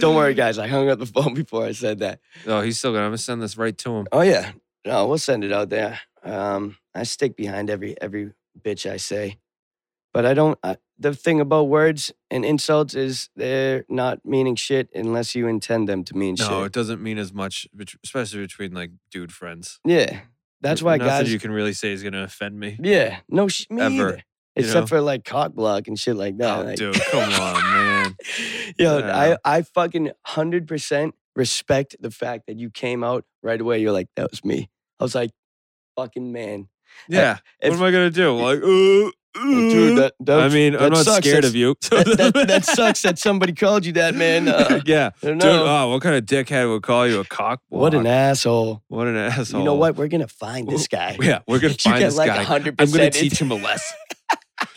Don't worry, guys. I hung up the phone before I said that. No, Oh, he's still going to send this right to him. Oh yeah, no, we'll send it out there. Um, I stick behind every every bitch I say, but I don't. I, the thing about words and insults is they're not meaning shit unless you intend them to mean No, it shit. doesn't mean as much, bet- especially between like dude friends. Yeah, that's N- why Nothing guys. you can really say is going to offend me. yeah, no shit. Me Ever, either. you Except know? for like cock block and shit like that. Oh, like- dude, come on, man. Yo, Yeah. I, I fucking 100% respect the fact that you came out right away. You're like, that was me. I was like, fucking man. Yeah. If- what am I going to do? Like, uh, Like, Oh, Dude, uh, that, that I was- mean, that I'm not sucks. scared That's- of you. so- that, that, that sucks that somebody called you that, man. Uh, yeah. I don't Dude, know. oh, what kind of dickhead would call you a cock? what an block? asshole. what an asshole. You know what? We're going to find this guy. Yeah, we're gonna you find get this like guy. 100%. I'm gonna into- teach him a lesson.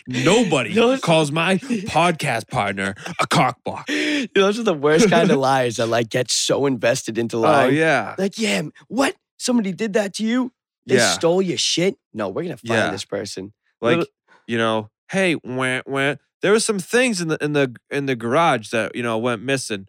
Nobody Those- calls my podcast partner a cock block. Those are the worst kind of liars that like get so invested into lying. Oh, yeah, Like, yeah, m- what? Somebody did that to you? They yeah. stole your shit? No, we're going to find Yeah. this person. like little- you know, hey, went went. There was some things in the in the in the garage that you know went missing.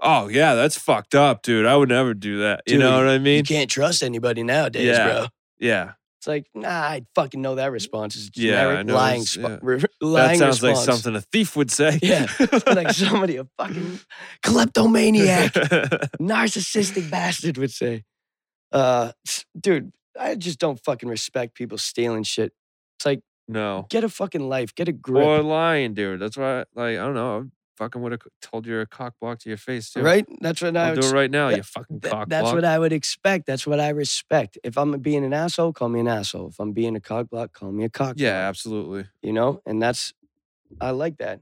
Oh yeah, that's fucked up, dude. I would never do that. you know Dude, what I you mean? can't trust anybody nowadays, Yeah. bro. Yeah, It's like, nah, I fucking know that response is a Yeah, I generic know lying, it's- spo- yeah. re- that lying sounds response. like something a thief would say. Yeah, like somebody, a fucking kleptomaniac, narcissistic bastard would say. Uh, s- dude, I just don't fucking respect people stealing shit. It's like, no. get a fucking life, get a grip, Or lying, dude. That's why, like, I don't know. I fucking would have told you a cock block to your face, too. right? That's what I I'll would. do it s- right now, that- you fucking th- cock that's block. what I would expect. That's what I respect. If I'm being an asshole, call me an asshole. If I'm being a cock block, call me a cock yeah, block. absolutely. you know and that's i like that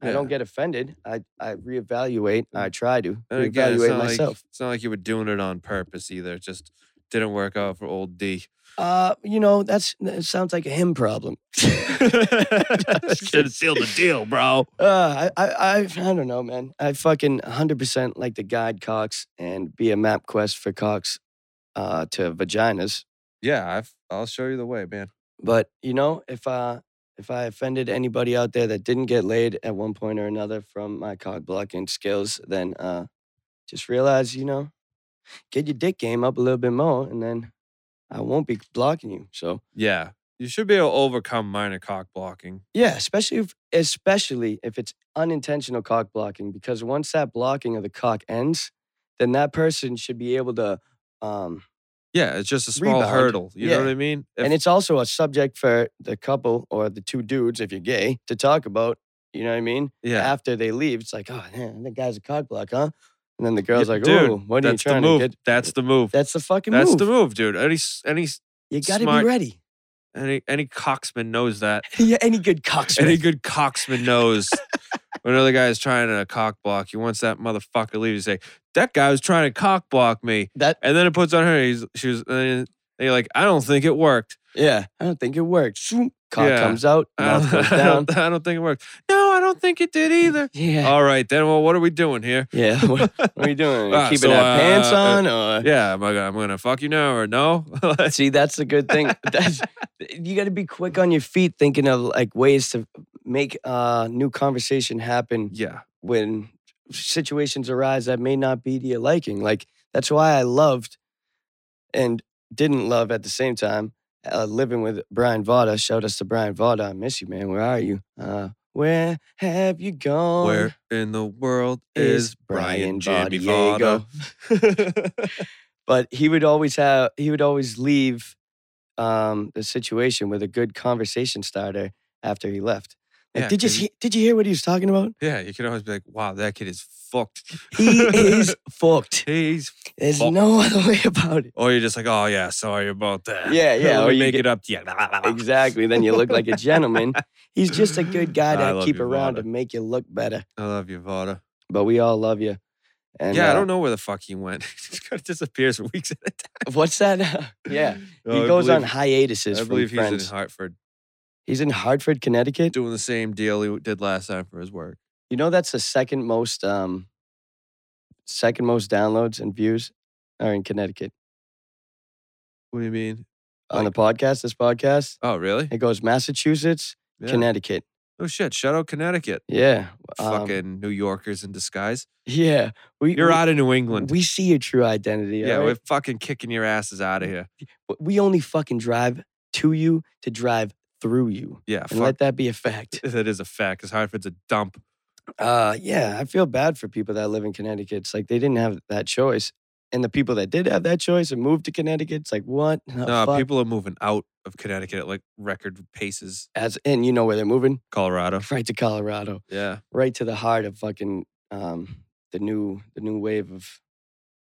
i don't Yeah. get offended i i reevaluate i try to And again, it's reevaluate not, like, myself it's not like you were doing it on purpose either. It just didn't work out for old D. uh you know that's that sounds like a him problem Just couldn't seal the deal, bro. uh I, I i i don't know man i fucking 100% like to guide cocks and be a map quest for cocks uh to vaginas Yeah, I've, I'll show you the way, man. but you know if uh if i offended anybody out there that didn't get laid at one point or another from my cock blocking skills then uh just realize you know get your dick game up a little bit more and then i won't be blocking you so Yeah. You should be able to overcome minor cock blocking. yeah especially if especially if it's unintentional cock blocking because once that blocking of the cock ends then that person should be able to um Yeah, it's just a small Rebound. hurdle. You know Yeah. what I mean? and If- it's also a subject for the couple or the two dudes if you're gay to talk about you know what i mean yeah. after they leave, it's like, oh man, that guy's a cock block, huh? And then the girl's Yeah, like, dude, oh, what are you That's the trying to move. get? That's the move. That's the fucking That's move. the move, dude. Any s- any s- You gotta Smart. be ready. any any cocksman knows that. yeah, any good cocksman. Any good cocksman knows when another guy is trying to cock block you. Once that motherfucker leaves, you say that guy was trying to cock block me, that and then it puts on her. He's, she was. And then they're like, I don't think it worked. yeah, I don't think it worked. Swoop, Cock Yeah. comes out, I mouth don't, goes I down. don't- I don't think it worked. No, I don't think it did either. Yeah. All right, then. Well, what are we doing here? yeah. What, what are we doing? Ah, Keeping so, our pants uh, uh, on or Yeah, am I gonna, I'm gonna fuck you now or no? See, that's the good thing. That's, you got to be quick on your feet, thinking of like ways to make uh, new conversation happen yeah, when situations arise that may not be to your liking. Like that's why I loved and didn't love at the same time uh, living with Brian Vada. Shout us to Brian Vada. I miss you, man. Where are you? Uh, where have you gone? where in the world is Brian Jimmy Vada? but he would always have he would always leave um, the situation with a good conversation starter after he left. Like, Yeah, did you 'cause see, did you hear what he was talking about? Yeah, you can always be like, wow, that kid is fucked. He is fucked. He's There's Fucked. no other way about it. Or you're just like, oh yeah, sorry about that. Yeah, yeah, or Let me you make get- it up to you. Blah, blah, blah. Exactly. Then you look like a gentleman. He's just a good guy I to love keep you, around Vada. to make you look better. I love you, Vada. But we all love you. And yeah, I uh, don't know where the fuck he went. he just kind of disappears for weeks at a time. What's that? yeah, Oh, he I goes on believe- hiatuses I from believe he's Friends. in Hartford he's in Hartford, Connecticut. doing the same deal he did last time for his work. You know that's the second most um second most downloads and views are in Connecticut What do you mean? on the podcast, this podcast. Oh, really? It goes Massachusetts, Yeah. Connecticut. oh shit! Shout out Connecticut. Yeah. um, Fucking New Yorkers in disguise. Yeah. We You're we, out of New England. We see your true identity. yeah, Yeah. we're fucking kicking your asses out of here. We only fucking drive to you to drive through you. Yeah, And Ah, fuck. let that be a fact. that is a fact. Because Hartford's a dump. Uh yeah, I feel bad for people that live in Connecticut. It's like they didn't have that choice. And the people that did have that choice and moved to Connecticut, it's like what? Oh, no, fuck. people are moving out of Connecticut at like record paces. as and you know where they're moving? Colorado. Right to Colorado. Yeah. Right to the heart of fucking um the new the new wave of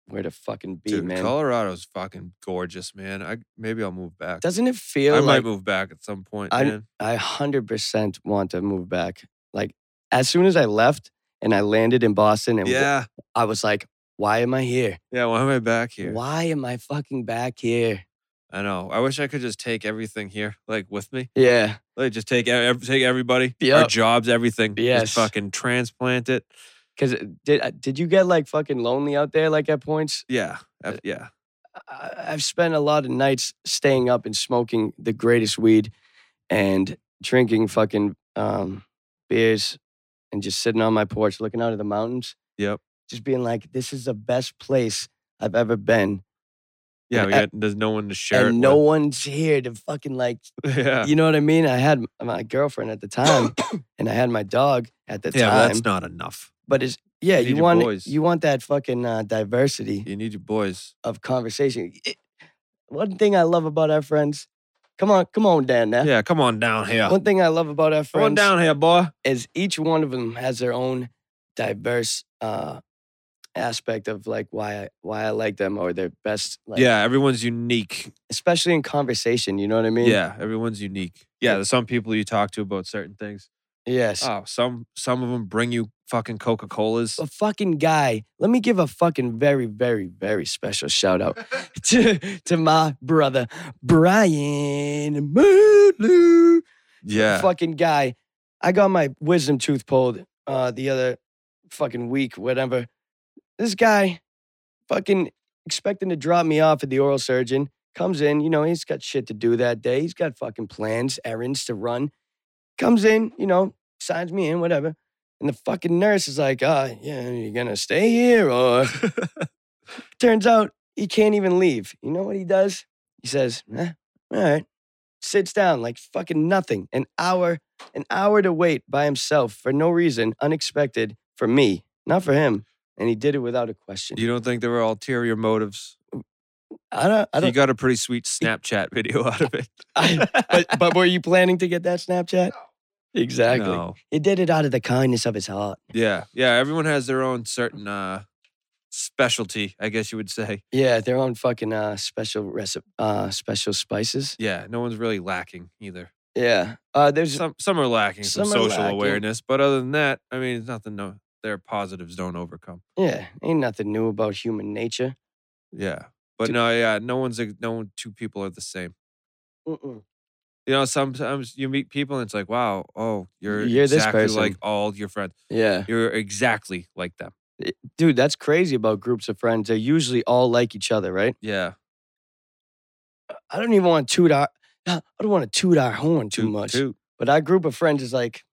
where to fucking be, Dude, man. Colorado's fucking gorgeous, man. I maybe I'll move back. Doesn't it I feel might like move back at some point, I- man. I hundred percent want to move back. Like as soon as I left and I landed in Boston, and w- Yeah. I was like, "Why am I here? Yeah. Why am I back here? Why am I fucking back here?" I know. I wish I could just take everything here, like with me. Yeah, Like just take e- ev- take everybody, our Yup. jobs, everything. Yes. Just fucking transplant it. because did uh, did you get like fucking lonely out there? Like at points, Yeah. Uh, ev- Yeah. I, I've spent a lot of nights staying up and smoking the greatest weed, and drinking fucking um, beers, and just sitting on my porch looking out at the mountains, Yep. just being like, "This is the best place I've ever been." Yeah. And We a- got, there's no one to share and it no one's here to fucking like with. Yeah. you know what I mean. I had m- my girlfriend at the time, and I had my dog at the Yeah. well, time. that's not enough. but it's yeah, You need you your want boys. you want that fucking uh, diversity You need your boys. of conversation. It- one thing I love about our friends, come on, come on down now. Yeah. Come on down here. One thing I love about our Come on friends down here, boy. is each one of them has their own diverse uh, aspect of like why I, why I like them or their best. Like, yeah. Everyone's unique. especially in conversation. You know what I mean? Yeah. Everyone's unique. Yeah. There's some people you talk to about certain things. Yes. Oh, some some of them bring you fucking Coca Colas. a fucking guy. Let me give a fucking very, very, very special shout out to, to my brother, Brian Moodloo. Yeah. Fucking guy. I got my wisdom tooth pulled uh, the other fucking week, whatever. This guy fucking expecting to drop me off at the oral surgeon. Comes in, you know, he's got shit to do that day. He's got fucking plans, errands to run. Comes in, you know, signs me in, whatever. And the fucking nurse is like, uh, yeah, you gonna stay here or turns out he can't even leave. You know what he does? He says, eh, all right. Sits down like fucking nothing. An hour, an hour to wait by himself for no reason, unexpected for me, not for him. And he did it without a question. You don't think there were ulterior motives? I don't I You don't E got a pretty sweet Snapchat video out of it. I, but but were you planning to get that Snapchat? Exactly. No. He did it out of the kindness of his heart. Yeah. Yeah. Everyone has their own certain uh specialty, I guess you would say. Yeah, their own fucking uh special recipe uh special spices. Yeah. No one's really lacking either. Yeah. Uh there's Some some are lacking some, Some are social lacking. awareness, but other than that, I mean, it's nothing. No, their positives don't overcome. yeah, ain't nothing new about human nature. Yeah. But Dude. no, yeah, no one's ex- no one- two people are the same. Mm-mm. You know, sometimes you meet people and it's like, wow, oh, you're, You're this exactly like person. all your friends. Yeah. You're exactly like them. Dude, that's crazy about groups of friends. They're usually all like each other, right? Yeah. I don't even want to toot our I don't want to toot our horn too toot, much. toot. But our group of friends is like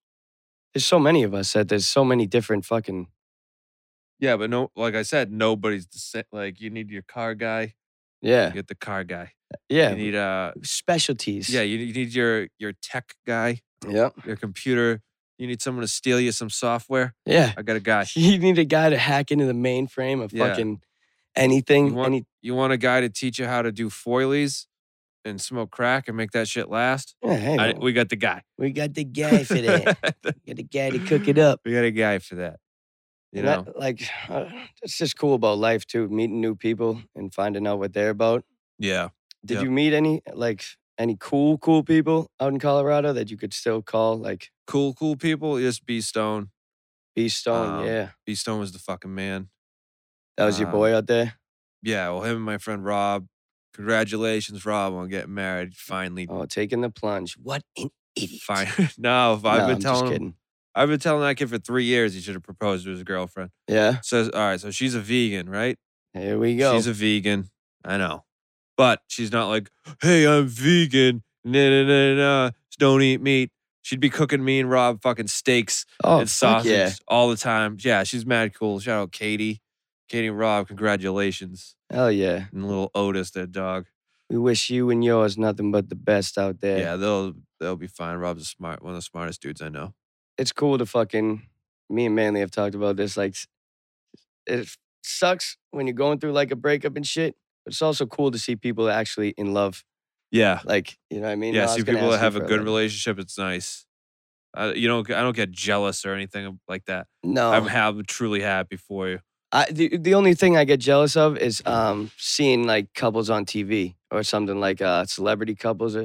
there's so many of us that there's so many different fucking Yeah, but no, like I said, nobody's the same. Like you need your car guy, you Yeah. get the car guy. You Yeah. need uh, Specialties. yeah, you, you need your your tech guy, Yeah. your computer. You need someone to steal you some software. Yeah. I got a guy. You need a guy to hack into the mainframe of Yeah. fucking anything. You want- any, You want a guy to teach you how to do foilies and smoke crack and make that shit last. yeah, hey, I- man, we, we got the guy. got the guy for that. got the guy to cook it up. We got a guy for that. You And that- know. like, uh, that's just cool about life too. Meeting new people and finding out what they're about. Yeah. Did Yep. you meet any like any cool, cool people out in Colorado that you could still call like Cool, cool people. Yes, B Stone. B Stone? Um, yeah, B Stone was the fucking man. That was your Um, boy out there. Yeah, well, him and my friend Rob. Congratulations, Rob, on getting married finally. Oh, taking the plunge. What an idiot. Fine. no, I've No, been I'm just telling him, kidding. I've been telling that kid for three years he should have proposed to his girlfriend. Yeah. So all right, so she's a vegan, right? Here we go. She's a vegan. I know. But she's not like, hey, I'm vegan. Nah, nah, nah, nah. Don't eat meat. She'd be cooking me and Rob fucking steaks oh, and fuck sausage yeah. all the time. Yeah, she's mad cool. Shout out Katie. Katie and Rob, congratulations. Hell yeah. And little Otis, their dog. We wish you and yours nothing but the best out there. Yeah, they'll they'll be fine. Rob's a smart one of the smartest dudes I know. It's cool to fucking. Me and Manly have talked about this. Like, s- it sucks when you're going through like a breakup and shit. But it's also cool to see people actually in love. Yeah. Like, you know what I mean? yeah, No, I see was gonna people that ask you have a for good like- relationship, it's nice. I, you don't I don't get jealous or anything like that. No, I'm, ha- I'm truly happy for you. I, the, the only thing I get jealous of is um, seeing like couples on TV or something like uh, celebrity couples.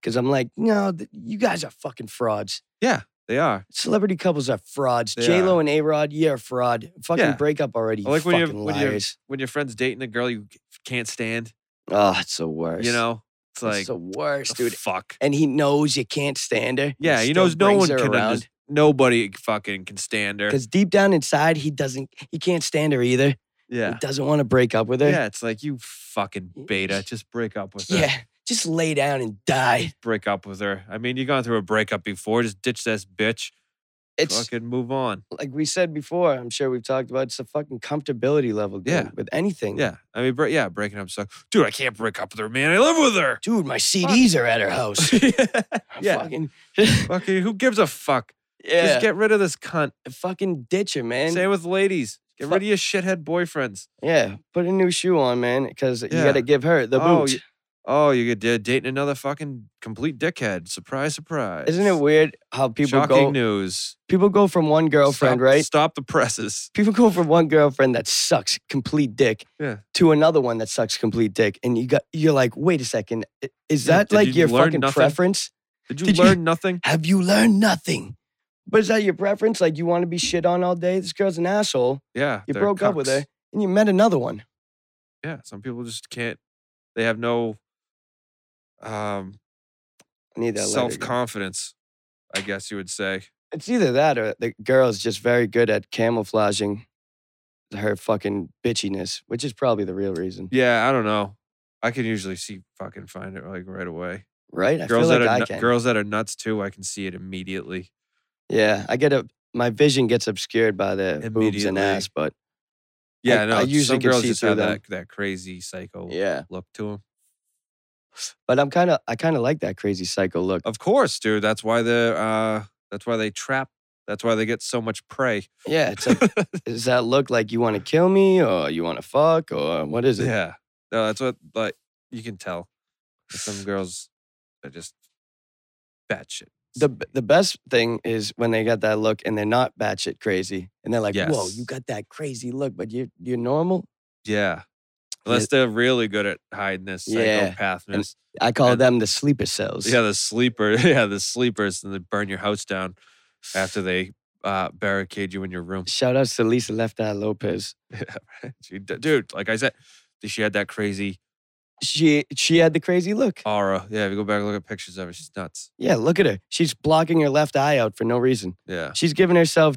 Because I'm like, no, th- you guys are fucking frauds. They are. Celebrity couples are frauds. They J Lo and A Rod, you're a fraud. Fucking Yeah. break up already. You I like when you- fucking when you- liars. when your friend's dating a girl you c- can't stand, oh, it's the worst. you know, it's like it's the worst, "The dude. fuck. And he knows you can't stand her. and Yeah, he still knows no brings one her can around. understand. Nobody fucking can stand her. Because deep down inside, he doesn't. He can't stand her either. He Yeah, doesn't want to break up with her. yeah, it's like you fucking beta. Just break up with her. yeah. Just lay down and die. break up with her. I mean, you gone through a breakup before. Just ditch this bitch. It's fucking move on. like we said before, I'm sure we've talked about it's the fucking comfortability level, dude, Yeah. with anything. Yeah, I mean, bre- yeah, breaking up sucks. Dude, I can't break up with her, man. I live with her. Dude, my CDs are at her house. yeah, Fucking, fucking. Who gives a fuck? yeah. Just get rid of this cunt. fucking ditch her, man. Same with ladies. Get Fuck. rid of your shithead boyfriends. Yeah. Put a new shoe on, man, because you Yeah. got to give her the Oh, boot. y- Oh, you're d- dating another fucking complete dickhead. Surprise, surprise. Isn't it weird how people Shocking go news. people go from one girlfriend, Stop- right? Stop the presses. People go from one girlfriend that sucks complete dick Yeah. to another one that sucks complete dick and you got you're like, "Wait a second. i- Is Yeah, that did like you your learn fucking nothing? preference?" Did you Did you- learn nothing? Have you learned nothing? But is that your preference? Like you want to be shit on all day? This girl's an asshole. Yeah. You they're broke up with cucks. her and you met another one. Yeah. Some people just can't. They have no um, I need that letter self again. confidence. I guess you would say. It's either that or the girl's just very good at camouflaging her fucking bitchiness, which is probably the real reason. Yeah. I don't know. I can usually see fucking find it like right away. Right? I girls feel that like are I nu- can. girls that are nuts too. I can see it immediately. Yeah. I get a my vision gets obscured by the boobs and Immediately. ass, but Yeah. I- no. I usually some can girls see just through have them. that that crazy psycho yeah. look to them. But I'm kinda I kinda like that crazy psycho look. Of course, dude. That's why they're. Uh, that's why they trap. That's why they get so much prey. Yeah. It's like does that look like you wanna kill me or you wanna fuck or what is it? Yeah. No, that's what like you can tell. that Some girls are just batshit. the b- the best thing is when they got that look and they're not batshit crazy and they're like, "Whoa, you Yes. got that crazy look, but you you're normal." Yeah. Unless they're really good at hiding this Yeah. psychopathness. I call And- them the sleeper cells. yeah, the sleeper. Yeah, the sleepers and they burn your house down after they uh, barricade you in your room. Shout outs to Lisa Left Eye Lopez. She d- Dude, like I said, she had that crazy She she had the crazy look. aura. Yeah, if you go back and look at pictures of her, she's nuts. Yeah, look at her. She's blocking her left eye out for no reason. Yeah. She's giving herself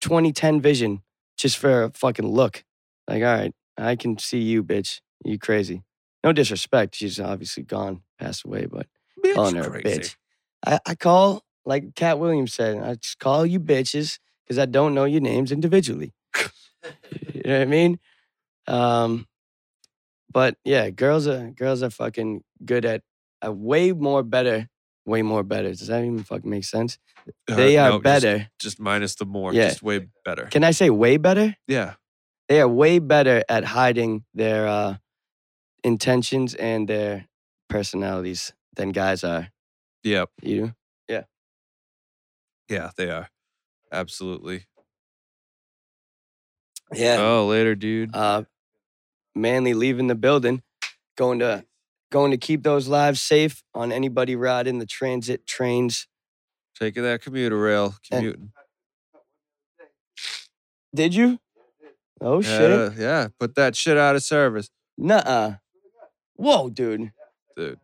2010 vision just for a fucking look. Like, all right, I can see you, bitch. You crazy. No disrespect. She's obviously gone, passed away, but calling her a bitch. I, I call, like Cat Williams said, I just call you bitches because I don't know your names individually. you know what I mean? Um, but yeah, girls are girls are fucking good at uh, way more better, way more better. Does that even fucking make sense? Her- They are Uh, no, just- better. Just, minus the more. Yeah. Just way better. Can I say way better? yeah. They are way better at hiding their uh, intentions and their personalities than guys are. Yeah. You? Yeah, they are. Absolutely. Yeah. Oh, later, dude. Eh. uh, Manly leaving the building, going to going to keep those lives safe on anybody riding the transit trains. Taking Eh, that commuter rail, and- commuting. Did you? Oh shit. Uh, yeah, put that shit out of service, Nuh-uh. Whoa, dude. You dude.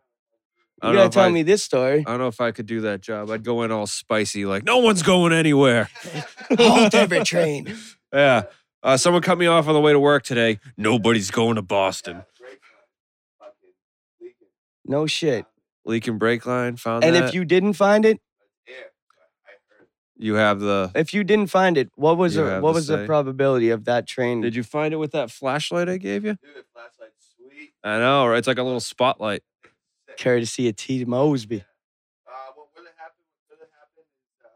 I don't know gotta if tell I- me this story. I don't know if I could do that job. I'd go in all spicy, like no one's going anywhere. Halt every train. Yeah. Uh, someone cut me off on the way to work today. Nobody's going to Boston. No shit. Leak and brake line found and that. if you didn't find it, you have the if you didn't find it, what was You the, have what to was the say. probability of that train? Did you find it with that flashlight I gave you? Dude, flashlight's sweet. I know, right? It's like a little spotlight. care to see a T Mosby? Uh, what really happened? What really happened is uh,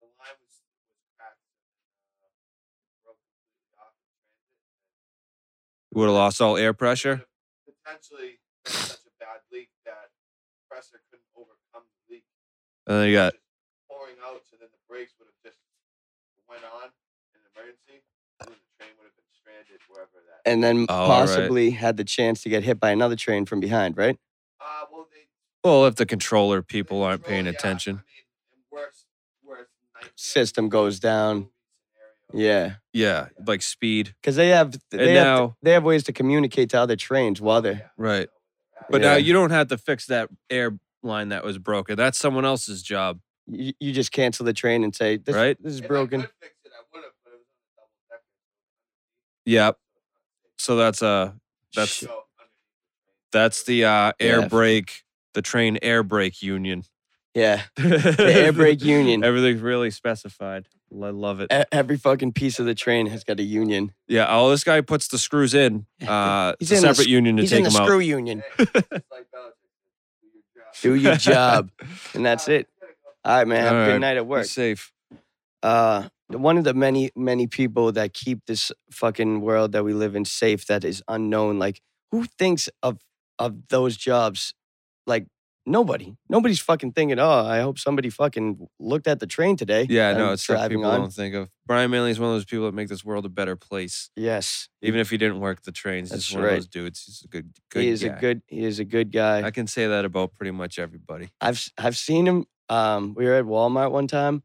the line was was cracked, uh, broke completely off in transit. You would have lost all air pressure. Potentially, it was such a bad leak that compressor couldn't overcome the leak. And then you got It was just pouring out, so then the brakes would have just went on in an emergency, and then the train would have been stranded wherever that. And then all Oh, right. possibly had the chance to get hit by another train from behind, right? uh, well, they well, if the controller people they aren't control- paying yeah, attention. I mean, and worse, worse nightmare System goes down. scenario. Yeah, Yeah, like speed. because they have they and have, now, they have ways to communicate to other trains while they're right. uh, But now Yeah. you don't have to fix that air line that was broken. That's someone else's job. you, you just cancel the train and say this, Right. this is If I broken. could fix it, I would've, but it was on the double decker. Yep. So that's uh that's Shit. So, under- that's the uh air Yeah. brake, the train air brake union. yeah. the air brake union. Everything's really specified. I love it. E- Every fucking piece of the train has got a union. Yeah. Oh, this guy puts the screws in. Yeah, Uh, he's it's a in the separate sc- union to He's take in the them screw out. union. Hey, it's like Belichick, do your job. Do your job, and that's it. All right, man. Have a All good right. night at Be work. safe. uh one of the many many people that keep this fucking world that we live in safe that is unknown like who thinks of of those jobs like nobody nobody's fucking thinking oh i hope somebody fucking looked at the train today Yeah, that no, I'm it's something people don't think of. Brian Manley is one of those people that make this world a better place. yes Even if he didn't work the trains, he's That's just one right. of those dudes. He's a good, good he is guy. a good he is a good guy I can say that about pretty much everybody. I've s- I've seen him. Um, we were at Walmart one time,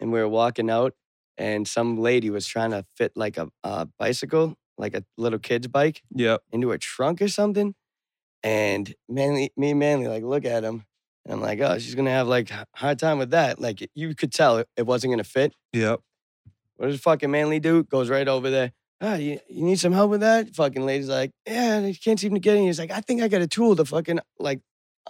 and we were walking out, and some lady was trying to fit like a, a bicycle, like a little kid's bike, Yep. into her trunk or something. And Manly, me and Manly, like look at him, and I'm like, oh, she's gonna have like a hard time with that. Like you could tell it, it wasn't gonna fit. Yep. What does fucking Manly do? Goes right over there. Ah, you, you need some help with that? Fucking lady's like, yeah, and he can't seem to get in. He's like, I think I got a tool to fucking like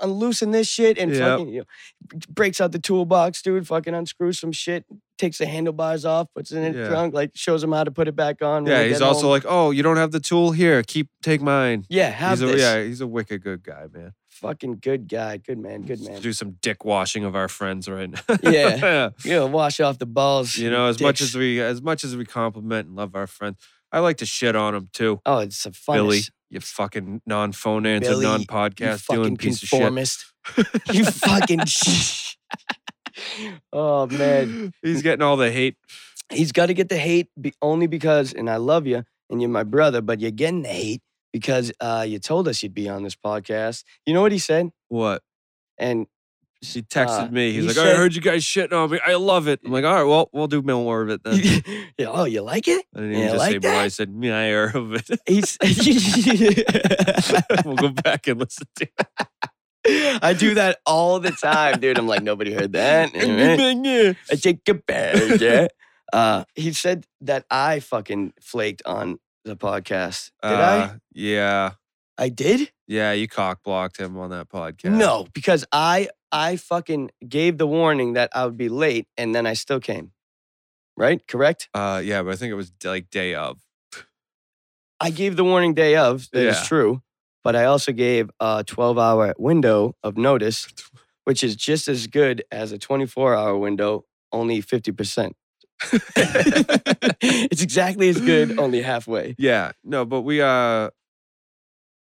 unloosen this shit and Yep. fucking you know, breaks out the toolbox, dude. Fucking unscrews some shit, takes the handlebars off, puts it in the Yeah. trunk, like shows him how to put it back on. when Yeah. they He's get also home. like, oh, you don't have the tool here. Keep take mine. yeah, have he's a, this. yeah, he's a wicked good guy, man. Fucking good guy, good man, good man. Do some dick washing of our friends right now. Yeah. You know, wash off the balls. You know, as much as dicks. we as much as we compliment and love our friends, I like to shit on them too. oh, it's a fun Billy, you fucking non-phone answer, Billy, you You non-podcast fucking doing piece of shit. conformist. you fucking. oh man, He's getting all the hate. he's got to get the hate be- only because, and I love you, and you're my brother, but you're getting the hate because uh, you told us you'd be on this podcast. You know what he said? What? And He Uh, texted me. He's he like, "Oh, I said- heard you guys shitting on me. I love it. I'm like, all right, well, we'll do more of it then. yeah, oh, you like it? I didn't Yeah, even just like say more. I that? said, yeah, I heard of it. He's. we'll go back and listen to it. I do that all the time, dude. I'm like, nobody heard that. I take a bag. Uh, Yeah. Uh, he said that I fucking flaked on the podcast. Did I? Uh, Yeah. I did. Yeah, you cock blocked him on that podcast. No, because I I fucking gave the warning that I would be late and then I still came. Right? Correct? Uh, yeah, but I think it was like day of. I gave the warning day of, that is Yeah. true, but I also gave a 12 hour window of notice, which is just as good as a 24 hour window, only 50%. it's exactly as good, only halfway. Yeah, no, but we uh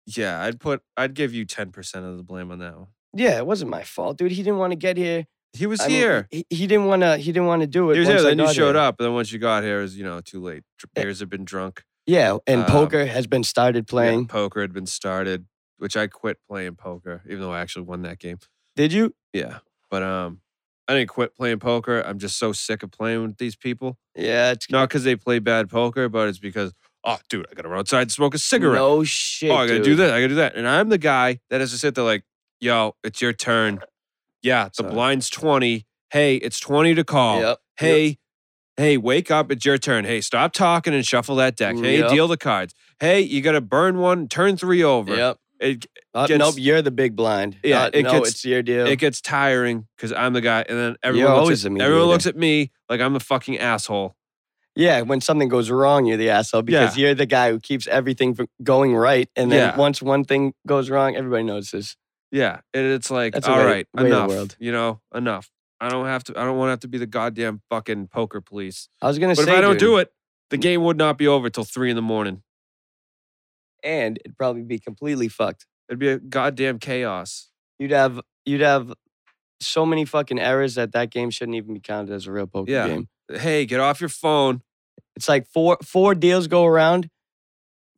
yeah, I'd put I'd give you 10% of the blame on that one. Yeah, it wasn't my fault, dude. He didn't want to get here. He was I mean, here. he, he didn't want to. He didn't want to do it. he was once here, I then you got showed here. up, and then once you got here, it was, you know, too late. Dr- Eh, Beers had been drunk. Yeah, and Um, poker has been started yeah, playing. poker had been started, which I quit playing poker, even though I actually won that game. Did you? Yeah. But um I didn't quit playing poker. I'm just so sick of playing with these people. Yeah, it's Not because they play bad poker, but it's because, oh, dude, I got to run outside and smoke a cigarette. No shit. oh, I got to dude. do that. I got to do that. And I'm the guy that has to sit there like, yo, it's your turn. Yeah, the Sorry. blind's 20. Hey, it's 20 to call. Yep. Hey, hey, wake up. It's your turn. Hey, stop talking and shuffle that deck. Hey, Yep. deal the cards. Hey, you got to burn one, turn three over. Yep. It, Uh, gets- nope, you're the big blind. Yeah, Uh, it no, gets- it's your deal. it gets tiring because I'm the guy. And then everyone, You're looks, always at, the everyone looks mediator. at me like I'm a fucking asshole. yeah, when something goes wrong, you're the asshole because you're the guy who keeps everything from going right. And then Yeah. once one thing goes wrong, everybody notices. Yeah, and it's like, That's a all way- right, way of the enough. world. You know, enough. I don't have to. I don't want to have to be the goddamn fucking poker police. I was gonna But if say, I don't dude, do it, the game would not be over till three in the morning. and it'd probably be completely fucked. It'd be a goddamn chaos. You'd have you'd have so many fucking errors that that game shouldn't even be counted as a real poker Yeah. game. Hey, get off your phone. It's like four four deals go around,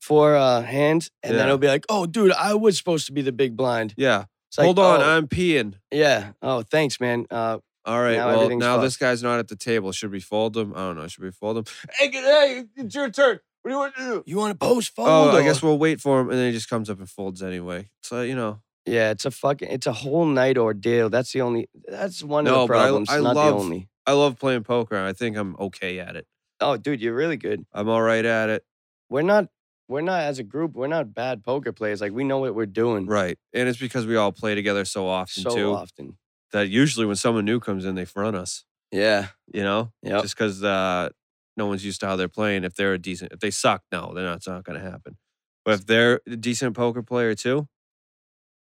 four uh, hands, and Yeah. then it'll be like, oh, dude, I was supposed to be the big blind. Yeah, It's like, hold on. "Oh, I'm peeing. yeah. Oh, thanks, man. Uh, All right. Now well, everything's now this guy's not at the table. Should we fold him? I don't know. Should we fold him? Hey, get- hey, it's your turn. What do you want to do? You want to post fold? Oh, I or- guess we'll wait for him, and then he just comes up and folds anyway. So you know, Yeah, it's a fucking, it's a whole night ordeal. That's the only, that's one No, of the but I- problems. I not love- the only. I love playing poker. and I think I'm okay at it. Oh, dude, you're really good. I'm all right at it. We're not, we're not as a group. We're not bad poker players. Like we know what we're doing Right. And it's because we all play together so often so too often. that usually when someone new comes in, they front us, Yeah, you know? Yep. Just because uh, no one's used to how they're playing. If they're a decent, if they suck, no, they're not, it's not going to happen. But if they're a decent poker player too,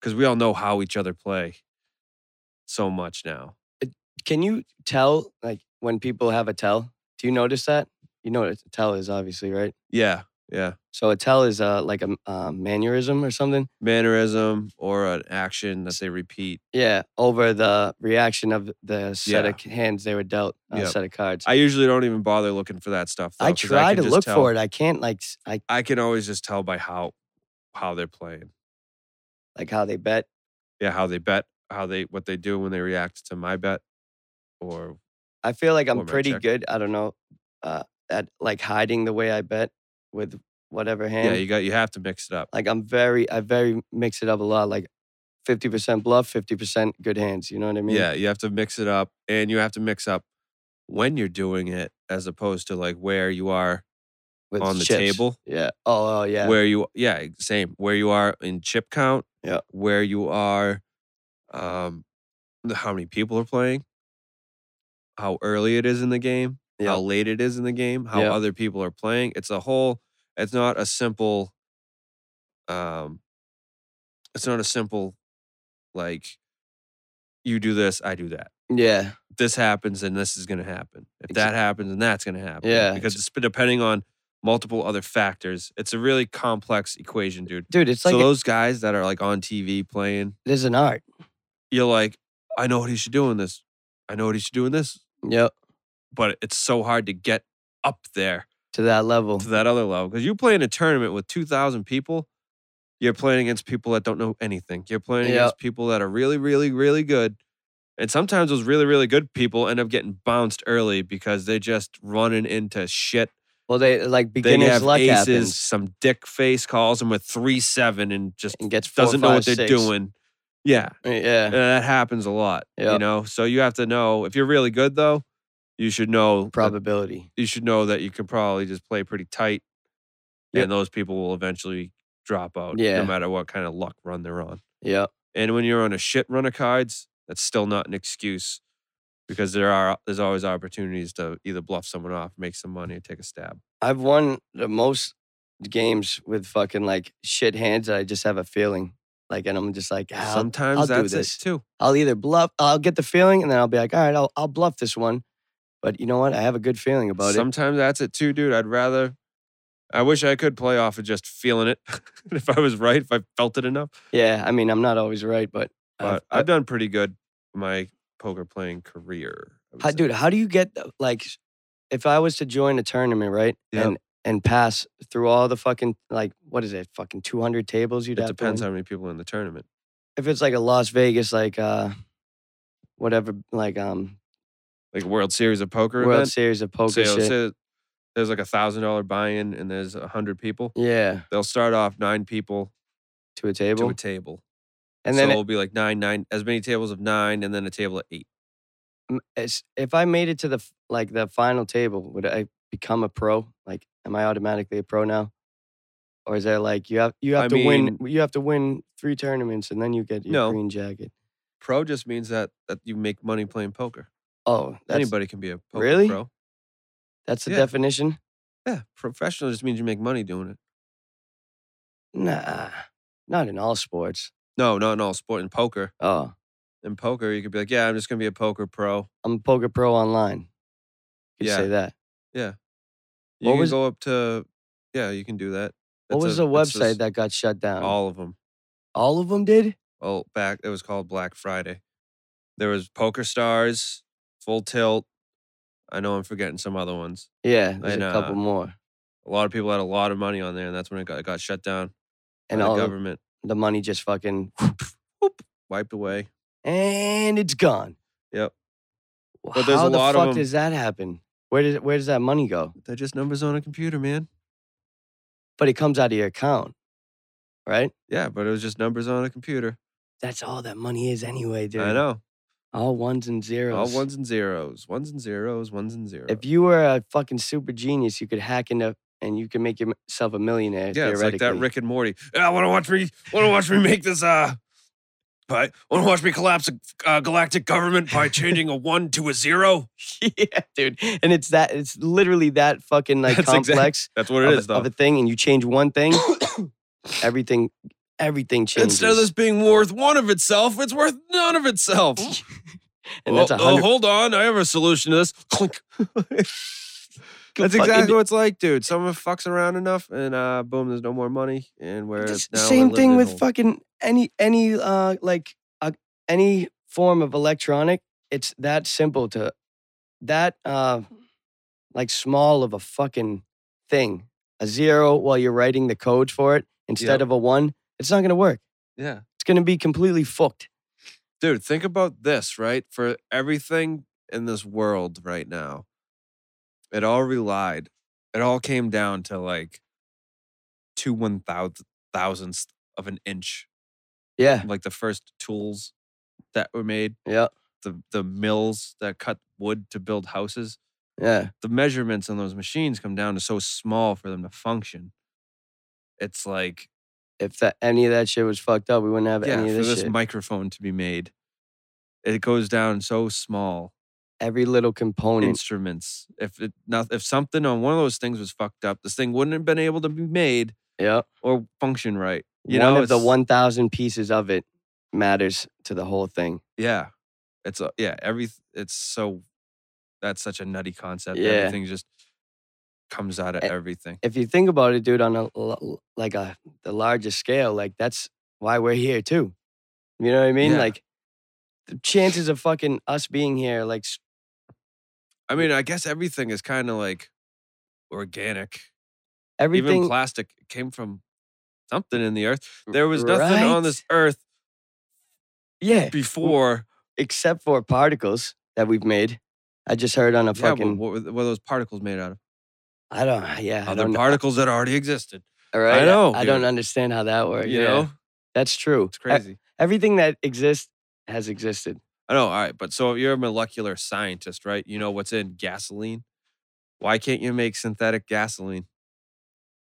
because we all know how each other play so much now. Can you tell like when people have a tell? Do you notice that? You know what a tell is, obviously, right? Yeah. Yeah. So a tell is uh, like a m- uh, mannerism or something. Mannerism or an action that they repeat. Yeah, over the reaction of the set Yeah. of c- hands they were dealt, uh, Yep. set of cards. I usually don't even bother looking for that stuff. Though, I 'cause try can to just look tell- for it. I can't like s- I I can always just tell by how how they're playing. like how they bet. yeah, how they bet, how they what they do when they react to my bet, or I feel like I'm Format pretty check. good. I don't know uh, at like hiding the way I bet with whatever hand. yeah, you got you have to mix it up. like I'm very I very mix it up a lot. Like fifty percent bluff, fifty percent good hands. You know what I mean? yeah, you have to mix it up, and you have to mix up when you're doing it as opposed to like where you are With on the chips. table, Yeah. Oh, oh yeah. where you yeah ex- same where you are in chip count, Yeah. where you are, um, the- how many people are playing, how early it is in the game, Yeah. how late it is in the game, how Yeah. other people are playing. It's a whole. It's not a simple. Um, it's not a simple, like, you do this, I do that. yeah. This happens, and this is going to happen. If Exa- that happens, and that's going to happen. Yeah, because it's depending on multiple other factors. It's a really complex equation, dude. Dude, it's so like a- those guys that are like on TV playing, there's an art. you're like, I know what he should do in this. I know what he should do in this, Yep. but it's so hard to get up there To that level. to that other level because you play in a tournament with 2,000 people. You're playing against people that don't know anything. You're playing Yeah. against people that are really, really, really good. And sometimes those really, really good people end up getting bounced early because they're just running into shit. Well, they like They beginner's have luck aces, happens some dick face calls them with three seven and just and gets does doesn't know what they're doing. Yeah. Uh, Yeah. And that happens a lot. Yeah. You know, so you have to know if you're really good though, you should know that- Probability. you should know that you can probably just play pretty tight, Yep. and those people will eventually drop out, Yeah. no matter what kind of luck run they're on. Yeah. And when you're on a shit run of cards, that's still not an excuse because there are there's always opportunities to either bluff someone off, make some money, or take a stab. I've won the most games with fucking like shit hands that I just have a feeling. Like, and I'm just like, "Ah, I'll, Sometimes I'll do that's this. it too. I'll either bluff, I'll get the feeling, and then I'll be like, all right, I'll, I'll bluff this one. But you know what? I have a good feeling about it. Sometimes that's it too, dude. I'd rather. I wish I could play off of just feeling it. if I was right, if I felt it enough, Yeah. I mean, I'm not always right, but, but I've- I've done pretty good in my poker playing career. I would How, say. dude, how do you get the- like, s- if I was to join a tournament, right, Yep. and and pass through all the fucking like, what is it, fucking two hundred tables? You'd It have depends To win? how many people are in the tournament. If it's like a Las Vegas, like uh, whatever, like um, Like World Series of Poker World event. Series of Poker so shit. say there's like a thousand dollar buy-in and there's a hundred people. yeah, They'll start off nine people to a table, to a table. and so then it'll be like nine, nine, as many tables of nine, and then a table of eight. m- it's- if I made it to the f- like the final table, would I become a pro? Like, am I automatically a pro now? Or is there like you have you I have to win mean- you have to win three tournaments and then you get your No. green jacket? Pro just means that that you make money playing poker. Oh, that's Anybody can be a poker Really? pro. that's the yeah. definition. Yeah, professional just means you make money doing it. Nah, not in all sports. No, not in all sport. In poker, Oh, in poker, you could be like, yeah, I'm just gonna be a poker pro. I'm a poker pro online. You Yeah. say that. You What can was- go up to, yeah, you can do that. What That's was a- the that's website just that um got shut down? all of them. All of them did? Oh, back it was called Black Friday. There was Poker Stars, Full Tilt. I know I'm forgetting some other ones. Yeah, there's And, a couple uh, more. A lot of people had a lot of money on there, and that's when it got, it got shut down. And by all the the, government the money just fucking wiped away. and it's gone. Yep. Wh- But there's How a the lot of fuck 'em- does that happen? Where does where does that money go? They're just numbers on a computer, man. But it comes out of your account, right? Yeah, but it was just numbers on a computer. That's all that money is anyway, dude. I know. All ones and zeros. All ones and zeros, ones and zeros, ones and zeros. If you were a fucking super genius, you could hack into and you could make yourself a millionaire. yeah, it's like that theoretically. Rick and Morty. Yeah, I want to watch me, want to watch me make this. Uh, I want to watch me collapse a uh, galactic government by changing a one to a zero. yeah, dude. And it's that it's literally that fucking like That's exact- complex That's what it of, is, a- of though. a thing, and you change one thing, everything everything changes. Instead of uh, this being worth one of itself, it's worth none of itself. and that's oh, a oh, hundred. hold on, I have a solution to this. Clink. That's fucking exactly do- what it's like, dude. Someone fucks around enough, and uh, boom, there's no more money, and we're It's the now we're same living thing in with hole. fucking any any uh like uh, any form of electronic. It's that simple to that uh like small of a fucking thing. A zero while you're writing the code for it instead Yep. of a one, it's not gonna work. Yeah. It's gonna be completely fucked. dude think about this right for everything in this world right now it all relied it all came down to like two one thousand thousandths of an inch Yeah. like the first tools that were made Yeah. the the mills that cut wood to build houses Yeah. the measurements on those machines come down to so small for them to function it's like if that any of that shit was fucked up, we wouldn't have yeah any of for this, this shit. microphone to be made it goes down so small Every little component. instruments. If it not, if something on one of those things was fucked up, this thing wouldn't have been able to be made yeah. or function right. You one know, of the it's- one thousand pieces of it matters to the whole thing. Yeah, it's a, yeah. Every it's so that's such a nutty concept. Yeah. E Everything just comes out of A- everything. If you think about it, dude, on a l- like a the larger scale, like that's why we're here too. You know what I mean? Yeah. Like the chances of fucking us being here, like s- I mean, I guess everything is kind of like organic. everything. Even plastic came from something in the earth. There was nothing on this earth yeah, before. except for particles that we've made. I just heard on a Yeah, but fucking. what, were, what are those particles made out of? I don't. uh, Yeah, I Other don't. know. particles that already existed. All right, know, I, don't dude. understand how that works. You yeah. know, That's true. it's E- crazy. everything that exists has existed. I know. All right, but so you're a molecular scientist, right? You know what's in gasoline. Why can't you make synthetic gasoline?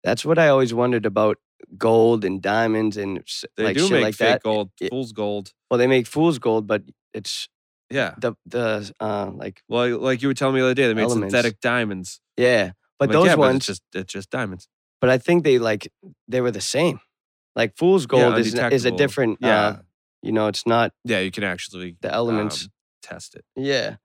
That's what I always wondered about gold and diamonds and s- They like do shit make like fake that. gold, Yeah. fool's gold. Well, they make fool's gold, but it's Yeah. the the uh like Well, like you were telling me the other day, they made Elements. synthetic diamonds. yeah, but I'm like, those yeah, ones. it's just it's just diamonds. but I think they like they were the same. Like fool's Yeah, gold is n- is a undetectable. different. Yeah, Uh, you know, it's not yeah. You can actually the elements. um, test it. yeah.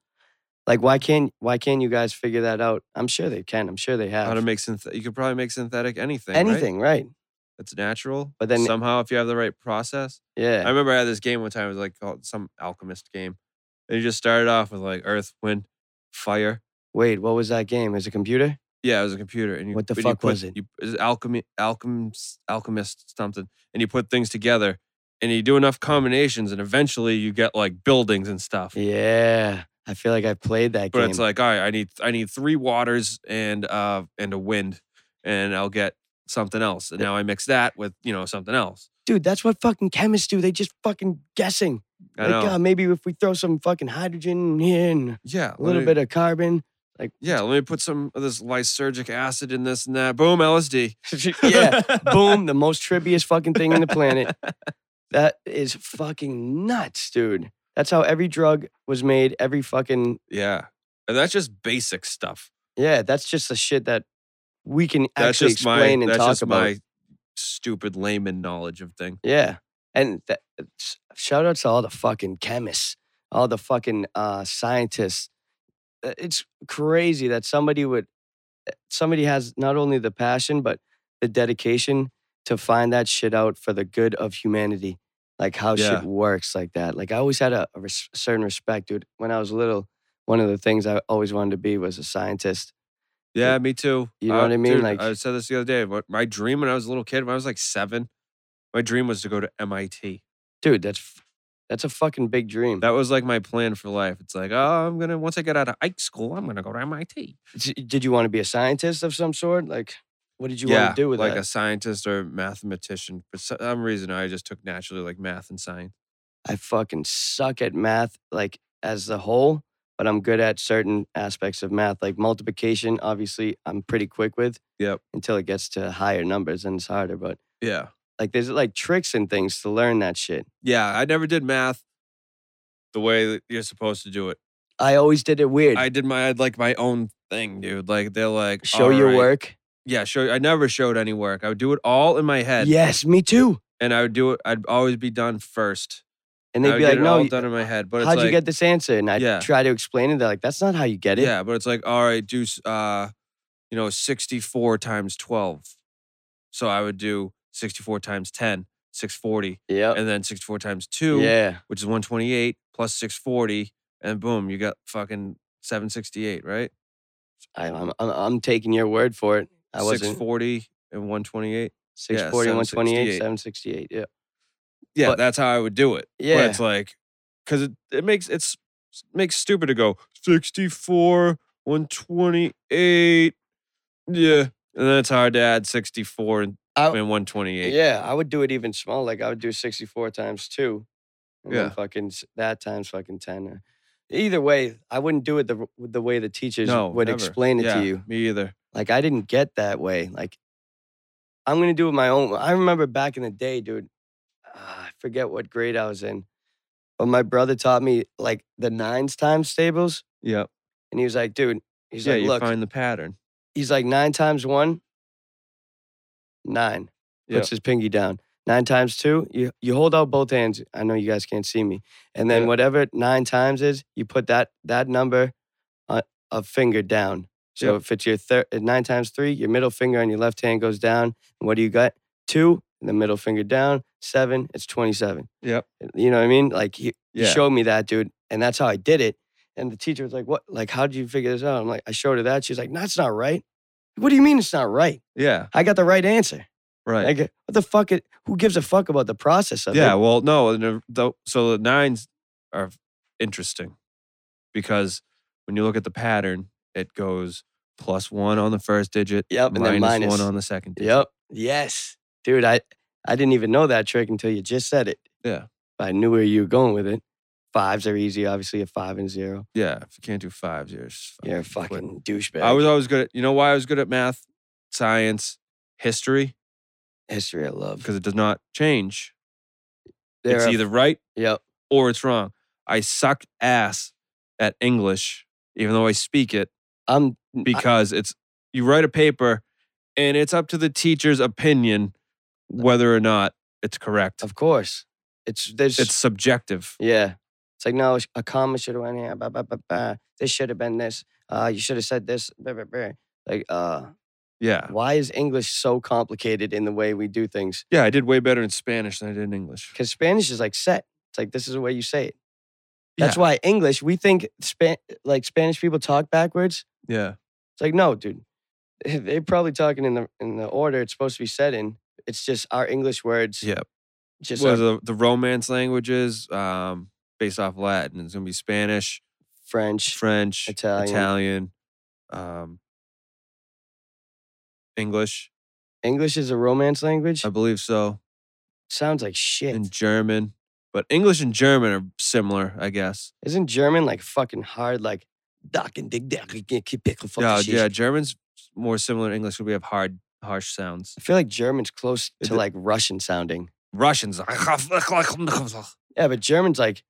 Like why can't why can't you guys figure that out? I'm sure they can. I'm sure they have. How to make synth? You could probably make synthetic anything. right? anything, right? that's natural. But then- somehow, if you have the right process, I Yeah. remember I had this game one time. It was like called some alchemist game, and you just started off with like earth, wind, fire. Wait, what was that game? Is it a computer? Yeah, it was a computer. And you, What the but you fuck put- was it? You, it was alchemy, alchemist, alchemist something, and you put things together, and you do enough combinations, and eventually you get like buildings and stuff. Yeah. I feel like I played that But game. it's like, all right, I need I need three waters and uh and a wind, and I'll get something else. And now I mix that with you know something else. Dude, that's what fucking chemists do. They just fucking guessing. I like, know. uh, maybe if we throw some fucking hydrogen in, yeah, a little bit of carbon. yeah, let me put some of this lysergic acid in this and that. Boom, LSD. yeah. Boom, the most trivious fucking thing in the planet. That is fucking nuts, dude. That's how every drug was made, every fucking yeah. And that's just basic stuff. Yeah, that's just the shit that we can That's actually just my explain and that's talk just about. my stupid layman knowledge of thing. Yeah. And that, s- shout out to all the fucking chemists, all the fucking uh, scientists. Uh, It's crazy that somebody would, uh, somebody has not only the passion, but the dedication to find that shit out for the good of humanity. Like how Yeah. shit works like that. Like I always had a, a res- certain respect, dude. When I was little, one of the things I always wanted to be was a scientist. Yeah, me too. Uh, you know what I mean? dude, Like- I said this the other day. What my dream when I was a little kid, when I was like seven, my dream was to go to MIT. Dude, that's f- that's a fucking big dream. That was like my plan for life. It's like, oh, I'm gonna once I get out of Ike school, I'm gonna go to MIT. D- did you want to be a scientist of some sort? Like, what did you yeah, want to do with like that? a scientist or mathematician. For some reason, I just took naturally like math and science. I fucking suck at math, like as the whole, but I'm good at certain aspects of math, like multiplication. Obviously, I'm pretty quick with. Yep. Until it gets to higher numbers, and it's harder. But Yeah, like, there's like tricks and things to learn that shit. yeah. I never did math the way that you're supposed to do it. I always did it weird. I did my I had like my own thing, dude. Like they're like Show "All your right." work. Yeah, show. I never showed any work. I would do it all in my head. Yes, me too. and I would do it. I'd always be done first. And I they'd would be get like, it "No, all you- done in my head. But it's how'd you like- get this answer?" And I Yeah. try to explain it. They're like, "That's not how you get it." Yeah, but it's like, all right, do s- uh, you know, 64 times 12. So I would do 64 times 10, 640, Yep. and then 64 times 2, Yeah. which is 128 plus 640, and boom, you got fucking 768, right? I, I'm, I'm I'm taking your word for it. I wasn't. 640 and 128. Yeah, 640, 128, 768. Yeah. Yeah, But- that's how I would do it. But Yeah. it's like cuz it, it makes it's it makes stupid to go 64 128. Yeah. And then it's hard to add 64 and I- and 128. Yeah. I would do it even small. Like I would do 64 times two. And Yeah. Then fucking s- that times fucking 10. or- Either way, I wouldn't do it the, r- the way the teachers would never. explain it Yeah, to you. Me either. Like I didn't get that way. Like I'm going to do it my own. I remember back in the day, dude, ah, I forget what grade I was in, but my brother taught me like the nines times tables. Yeah. And he was like, dude, he's yeah, like, you look, find the pattern. he's like nine times one, nine. Yeah. Puts his pinky down. Nine times two, you you hold out both hands. I know you guys can't see me. And then Yeah. whatever nine times is, you put that that number, uh, a finger down. So Yeah. if it's your third nine times three, your middle finger on your left hand goes down. And what do you got? Two, and the middle finger down. Seven, it's twenty-seven. Yep. You know what I mean? Like he, Yeah. he showed me that, dude, and that's how I did it. And the teacher was like, "What? Like, how did you figure this out?" I'm like, "I showed her that." She's like, "No, it's not right." What do you mean it's not right? Yeah. I got the right answer. Right. Like, what the fuck? It, who gives a fuck about the process of yeah. it? Well, no. and the- the- So the nines are interesting because when you look at the pattern, it goes plus one on the first digit, Yep, and then minus minus. one on the second digit. Yep. Yes, dude. I I didn't even know that trick until you just said it. Yeah. I knew where you were going with it. Fives are easy, obviously. A five and zero. Yeah. If you can't do fives, you're just You're a quit. fucking douchebag. I was always good at. You know why I was good at math, science, history? history. I love. Because it does not change. There it's are- either right Yep. or it's wrong. I sucked ass at English, even though I speak it, I'm because it's you write a paper and it's up to the teacher's opinion whether or not it's correct. of course. It's there's It's subjective. Yeah. It's like, no, a comma should have went here. Blah, blah, blah, blah. This should have been this. Uh, you should have said this. Blah, blah, blah. Like, uh, Yeah. why is English so complicated in the way we do things? Yeah, I did way better in Spanish than I did in English. Because Spanish is like set. It's like, this is the way you say it. That's Yeah. why English, we think Span- like Spanish people talk backwards. Yeah. It's like, no, dude. They're probably talking in the in the order it's supposed to be said in. It's just our English words Yeah. Just well, uh, the, the Romance languages, um, based off Latin, it's gonna be Spanish, French, French, Italian. Italian, um, English, English is a romance language. I believe so, Sounds like shit. and German. But English and German are similar, I guess. Isn't German like fucking hard? Like duck and dig duck and get- get pickle fucking yeah, shit. yeah. German's more similar to English 'cause we have hard, harsh sounds. I feel like German's close It to d- like Russian sounding. Russians. Yeah, but German's like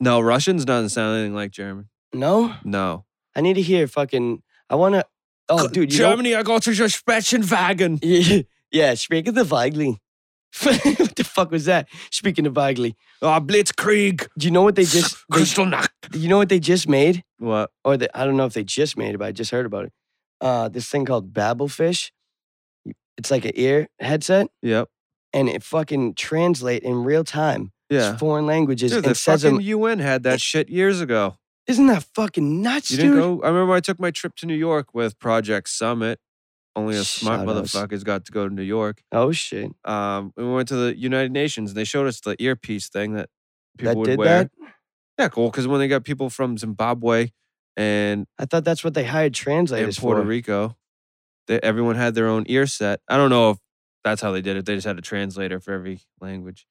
No, Russians doesn't sound anything like German. no. No. I need to hear fucking. I want to. Oh, dude, you don't- Germany, I got to your Spetchenwagen. yeah, speaking the Weigli. what the fuck was that? Speaking of Weigli, Ah, Blitzkrieg. do you know what they just? they- Kristallnacht. you know what they just made? What? Or they, I don't know if they just made it, but I just heard about it. Uh, this thing called Babelfish. It's like an ear headset, Yep. and it fucking translate in real time Yeah. foreign languages Dude, the and says 'em- fucking UN had that shit years ago. Isn't that fucking nuts, You dude? didn't go? I remember I took my trip to New York with Project Summit. Only a smart Shout outs. motherfucker's got to go to New York. Oh shit! Um, we went to the United Nations and they showed us the earpiece thing that people that would did wear. that. Yeah, cool. Because when they got people from Zimbabwe and I thought that's what they hired in translators Puerto for. Rico, they, everyone had their own ear set. I don't know if that's how they did it. They just had a translator for every language.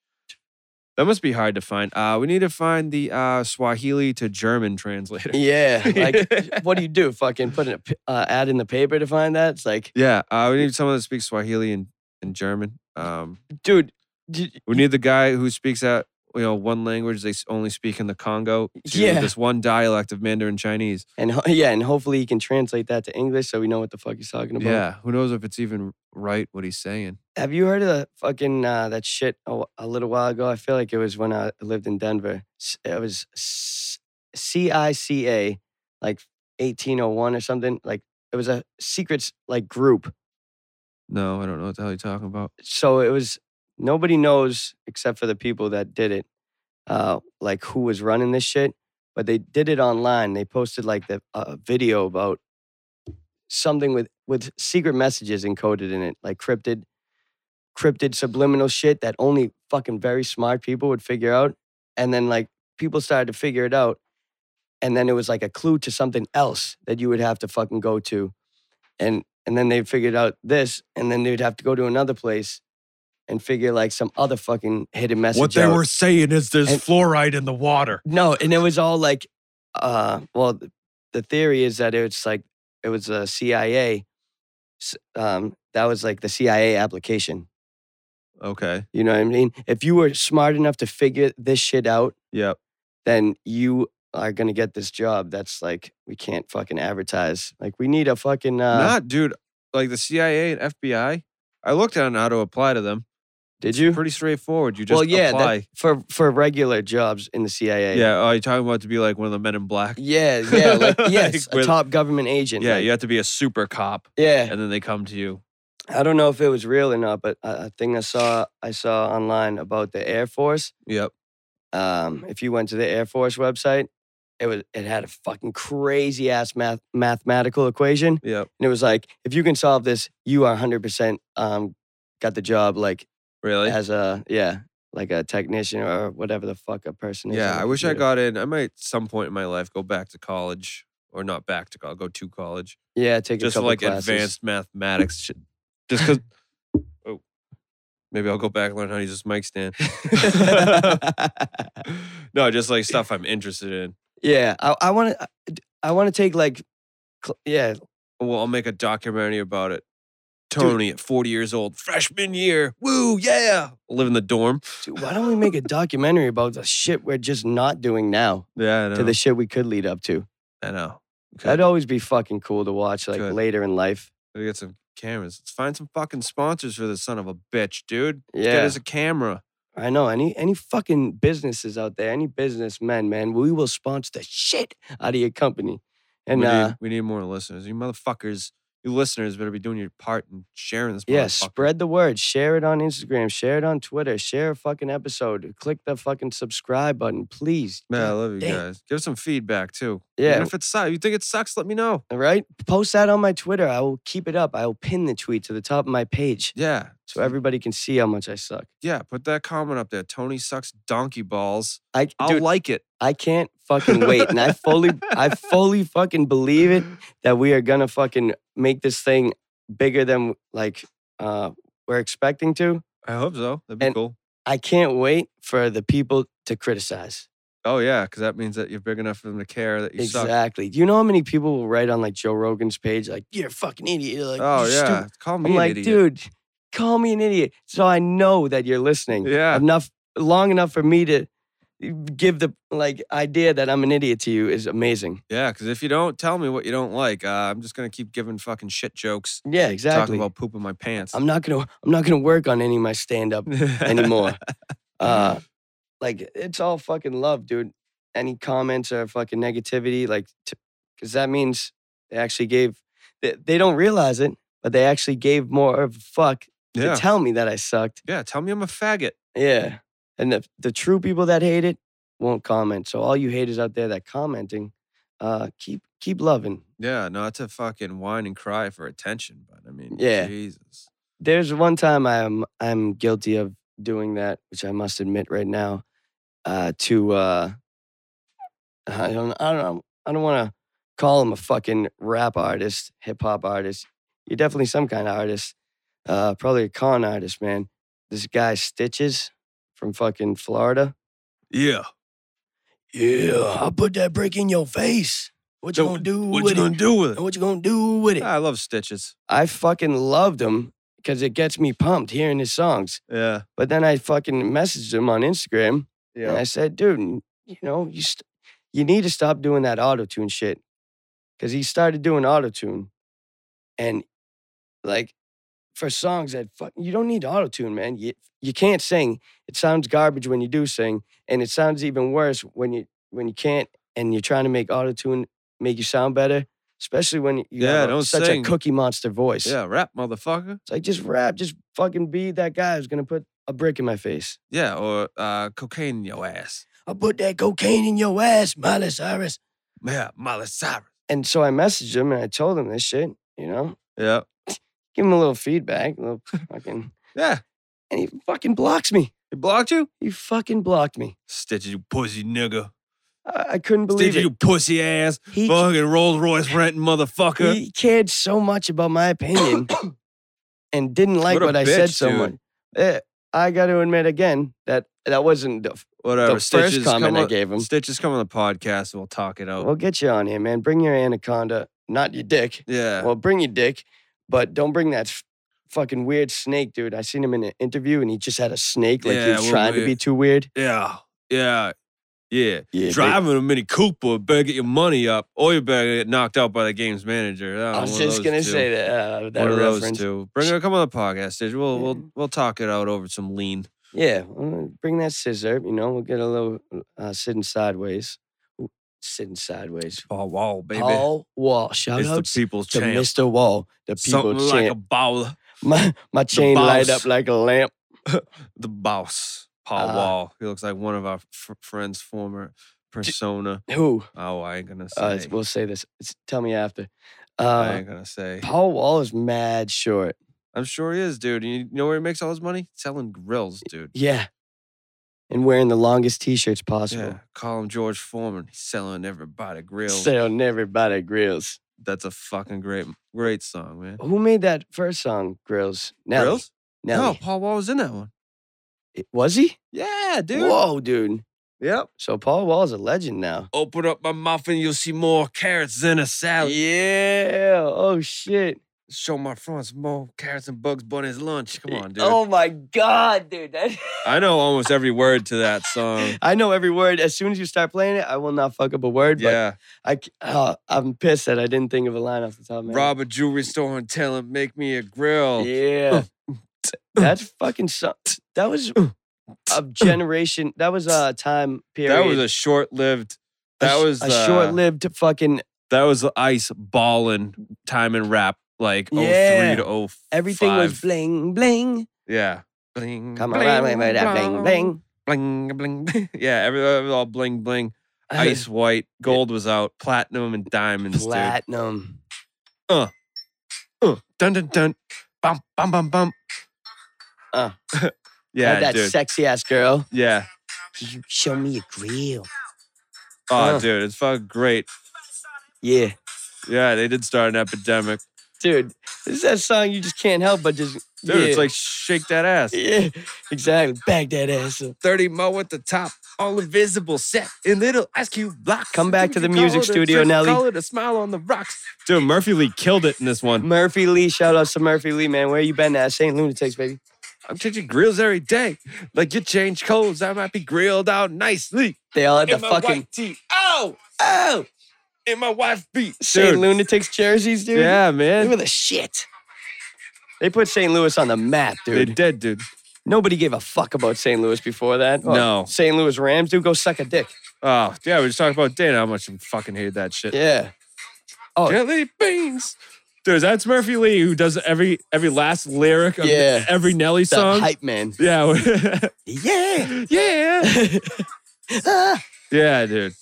That must be hard to find. Uh, we need to find the uh, Swahili to German translator. Yeah, like what do you do? Fucking put an uh, ad in the paper to find that? It's like, Yeah, uh, we need someone that speaks Swahili and, and German. Um, dude, did- we need the guy who speaks that you know one language they s- only speak in the Congo. To Yeah. this one dialect of Mandarin Chinese. and ho- yeah, and hopefully he can translate that to English so we know what the fuck he's talking about. Yeah, who knows if it's even right what he's saying? Have you heard of the fucking uh, that shit a, wh- a little while ago? I feel like it was when I lived in Denver. S- It was S- CICA, like 1801 or something. Like it was a secrets like group. No, I don't know what the hell you're talking about. so it was nobody knows except for the people that did it uh like who was running this shit but they did it online they posted like the a video about something with with secret messages encoded in it like cryptid cryptid subliminal shit that only fucking very smart people would figure out and then like people started to figure it out and then it was like a clue to something else that you would have to fucking go to and and then they figured out this and then they'd have to go to another place and figure like some other fucking hidden message out. saying is there's And- fluoride in the water. No, and it was all like, uh, well, th- the theory is that it's like it was a CIA. s- Um, that was like the CIA application. Okay. You know what I mean? If you were smart enough to figure this shit out, Yep. then you are gonna get this job. That's like we can't fucking advertise. Like we need a fucking uh, Not, dude. Like the CIA and FBI. I looked on how to apply to them. did you? Pretty straightforward. You just well, yeah, that- apply. for for regular jobs in the CIA. yeah. Are you talking about to be like one of the men in black? yeah, yeah, like, Like yes, a with- top government agent. Yeah. like, You have to be a super cop, yeah. and then they come to you. I don't know if it was real or not, but a a thing I saw I saw online about the Air Force. Yep. Um, if you went to the Air Force website, it was it had a fucking crazy ass math mathematical equation, and Yep. it was like if you can solve this, you are hundred percent um got the job like Really? as a yeah like a technician or whatever the fuck a person is. on yeah. the I wish I computer. got in. I might some point in my life go back to college, or not back to college, go to college, yeah take just a for couple like classes. advanced mathematics. Shit. Just because. oh. Maybe I'll go back and learn how to use this mic stand. no, just like stuff I'm interested in. yeah, I I want to I want to take like cl- yeah Well, I'll make a documentary about it. Tony at 40 years old, freshman year. Woo, yeah. Live in the dorm. Dude, why don't we make a documentary about the shit we're just not doing now Yeah, I know. to the shit we could lead up to? I know. That'd always be fucking cool to watch, like Good. later in life. Gotta get some cameras. Let's find some fucking sponsors for this son of a bitch, dude. Let's Get Yeah. us a camera. I know any any fucking businesses out there, any businessmen, man, we will sponsor the shit out of your company. And we, uh, need, we need more listeners. You motherfuckers. you listeners better be doing your part and sharing this. Yeah, motherfucker. spread the word. Share it on Instagram. Share it on Twitter. Share a fucking episode. Click the fucking subscribe button, please. Man, I love you Damn. guys. Give us some feedback too. Yeah. Even if it sucks, you think it sucks, let me know. All right? Post that on my Twitter. I will keep it up. I will pin the tweet to the top of my page Yeah. so everybody can see how much I suck. Yeah, put that comment up there. Tony sucks donkey balls. I I'll dude, like it. I can't fucking wait. And I fully I fully fucking believe it that we are gonna fucking make this thing bigger than like uh we're expecting to. I hope so. That'd be And- cool. I can't wait for the people to criticize. Oh yeah, because that means that you're big enough for them to care that you suck. Exactly. Do you know how many people will write on like Joe Rogan's page like you're a fucking idiot? You're like, oh "You're yeah, stupid." call me I'm an like, idiot. dude, call me an idiot. So I know that you're listening. Yeah. Enough long enough for me to give the like idea that I'm an idiot to you is amazing. Yeah, because if you don't tell me what you don't like, uh, I'm just gonna keep giving fucking shit jokes, Yeah, exactly. talking about pooping my pants I'm not gonna I'm not gonna work on any of my stand up anymore. uh like it's all fucking love, dude. Any comments or fucking negativity, like t- cause that means they actually gave they, they don't realize it, but they actually gave more of a fuck yeah, to tell me that I sucked. yeah. Tell me I'm a faggot. Yeah. And the the true people that hate it won't comment. So all you haters out there that commenting, uh keep keep loving. Yeah, not to fucking whine and cry for attention, but I mean, Yeah. Jesus. there's one time I'm I'm guilty of doing that, which I must admit right now. Uh, to uh, I don't I don't know I don't want to call him a fucking rap artist, hip hop artist. You're definitely some kind of artist, uh, probably a con artist, man. This guy Stitches from fucking Florida. Yeah. Yeah, I'll put that brick in your face. What you gonna do What you gonna do with it? What you gonna do with I love stitches. I fucking loved him because it gets me pumped hearing his songs. Yeah. But then I fucking messaged him on Instagram and I Yeah. said, dude, n- you know, you st- you need to stop doing that auto tune shit. Cause he started doing auto tune. And like for songs that fuck, you don't need auto tune, man. You, you can't sing. It sounds garbage when you do sing. And it sounds even worse when you when you can't and you're trying to make auto tune make you sound better. Especially when you Yeah, have a- don't such sing. a cookie monster voice. Yeah, rap motherfucker. It's like just rap, just fucking be that guy who's gonna put a brick in my face. Yeah, or uh, cocaine in your ass. I'll put that cocaine in your ass, Miley Cyrus. Yeah, Miley Cyrus. And so I messaged him and I told him this shit, you know, Yeah. give him a little feedback, a little fucking, Yeah. and he fucking blocks me. He blocked you? He fucking blocked me. Stitches, you pussy nigga. I, I couldn't believe Stitches, you pussy ass. it. He, Fucking Rolls Royce renting motherfucker. he cared so much about my opinion and didn't like What a what, I said bitch, so dude. much. Eh, I got to admit again that that wasn't the, f- Whatever. the Stitches, first comment come I on- gave him. Stitches, come on the podcast. We'll talk it out. We'll get you on here, man. Bring your anaconda, not your dick. Yeah. Well, bring your dick, but don't bring that f- fucking weird snake, dude. I seen him in an interview and he just had a snake, like he Yeah, was we're trying to be weird. too weird. yeah. Yeah. Yeah. Yeah, Driving a Mini Cooper, better get your money up, or you better get knocked out by the game's manager. Uh, I was one of just those gonna two. say that. Uh, that one of reference. those two. Bring her, come on the podcast, Stitch. We'll Yeah. we'll we'll talk it out over some lean. Yeah, well, bring that scissor. You know, we'll get a little uh, sitting sideways, Ooh, sitting sideways. Oh wow, baby! Paul Wall, shout it's the out people's to champ. Mr. Wall, the people Something like a champ. bowler, my my chain light boss. up like a lamp. the boss, Paul Uh, Wall. He looks like one of our fr- friends' former persona. Who? oh, I ain't gonna say. Uh, we'll say this. It's, tell me after. I Uh, ain't gonna say. Paul Wall is mad short. I'm sure he is, dude. You know where he makes all his money? Selling grills, dude. Yeah. And wearing the longest t-shirts Yeah, possible. call him George Foreman. He's selling everybody grills. Selling everybody grills. That's a fucking great, great song, man. Who made that first song, Grills? Nelly. Grills? No, Nelly. Paul Wall was in that one. It- Was he? Yeah, dude. Whoa, dude. Yep. So Paul Wall's a legend now. Open up my mouth and you'll see more carrots than a salad. Yeah. Oh shit. Show my friends more carrots and Bugs Bunny's lunch. Come on, dude. Oh my god, dude. That- I know almost every word to that song. I know every word. As soon as you start playing it, I will not fuck up a word. Yeah. But I, c- oh, I'm pissed that I didn't think of a line off the top of my head. Rob a jewelry store and tell him, make me a grill. Yeah. That's Oh. fucking so- that was a generation that was a time period. That was a short lived. That sh- was uh, a the- short lived fucking That was the ice balling time and rap. like Yeah. 03 to 05. Everything was bling bling. Yeah. Bling. Come around, bling bling bling. Bling, bling. bling. yeah, every, it was all bling, bling. Uh, Ice white. Gold was out. Platinum and diamonds, dude. Platinum. Uh, dun, dun, dun. Bum, bum, bum, bum. Uh. yeah, Not that dude. sexy ass girl. yeah. You show me a grill. Oh, Uh. dude, it's fucking great. Yeah, Yeah, they did start an epidemic. dude. This is that song you just can't help but just. Dude, yeah. it's like shake that ass. Yeah, exactly. Bag that ass up. 30 mo at the top, all invisible set in little ice cube blocks. Come back to the music Color, studio, drink Nelly. color, a smile on the rocks. Mm, Dude, Murphy Lee killed it in this one. Murphy Lee, shout outs to Murphy Lee, man. Where you been at? St. Lunatics, baby. I'm changing grills every day. Like you change clothes, I might be grilled out nicely. They all had the In my fucking white tee. Oh! oh In my wife beat. St. Lunatics jerseys, dude. Yeah, they were man. the shit. They put St. Louis on the map, They dude. dead, dude. Nobody gave a fuck about St. Louis before that. No. St. Louis Rams, dude, go suck a dick. Oh, yeah, we just talking about Dana, how much I fucking hated that shit. Yeah. Oh. Jelly beans. Dude, that's Murphy Lee who does every every last lyric of Yeah. every Nelly The song. hype man. Yeah. Yeah. yeah. Ah, Yeah, dude.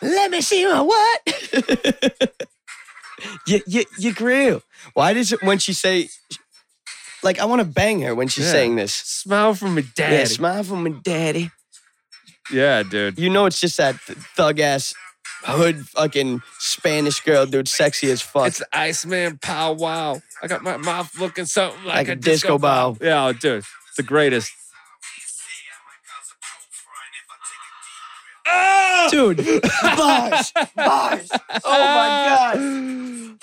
let me see my what? you, you, you grill. Why does it when she say like I want to bang her when she's Yeah. saying this? Smile from a dad. Yeah, smile from my daddy. yeah, dude. You know it's just that th- thug ass hood fucking Spanish girl, dude, sexy as fuck. It's the Iceman Pow Wow. I got my mouth looking something like, Like a disco ball. Yeah, oh, dude. It's the greatest. Oh! Dude, bars, bars. Oh my god. Oh man,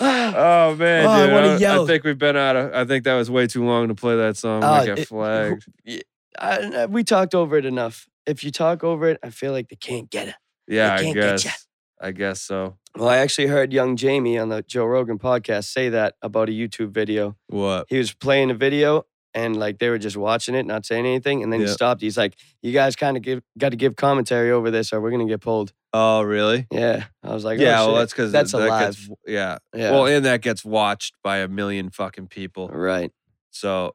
Oh, I dude. wanna I, I yell. think we've been out of I think that was way too long to play that song. Oh, I got it- flagged. I, I- we talked over it enough. If you talk over it, I feel like they can't get it. Yeah, I can't get ya. guess. I guess so. Well, I actually heard young Jamie on the Joe Rogan podcast say that about a YouTube video. What? He was playing a video and like they were just watching it, not saying anything, and then he Yeah. stopped. He's like, "You guys kind of give got to give commentary over this, or we're gonna get pulled." Oh, really? Yeah, I was like, yeah, oh, well, shit. that's because that's that alive. Gets, yeah. yeah, Well, and that gets watched by a million fucking people. right, So,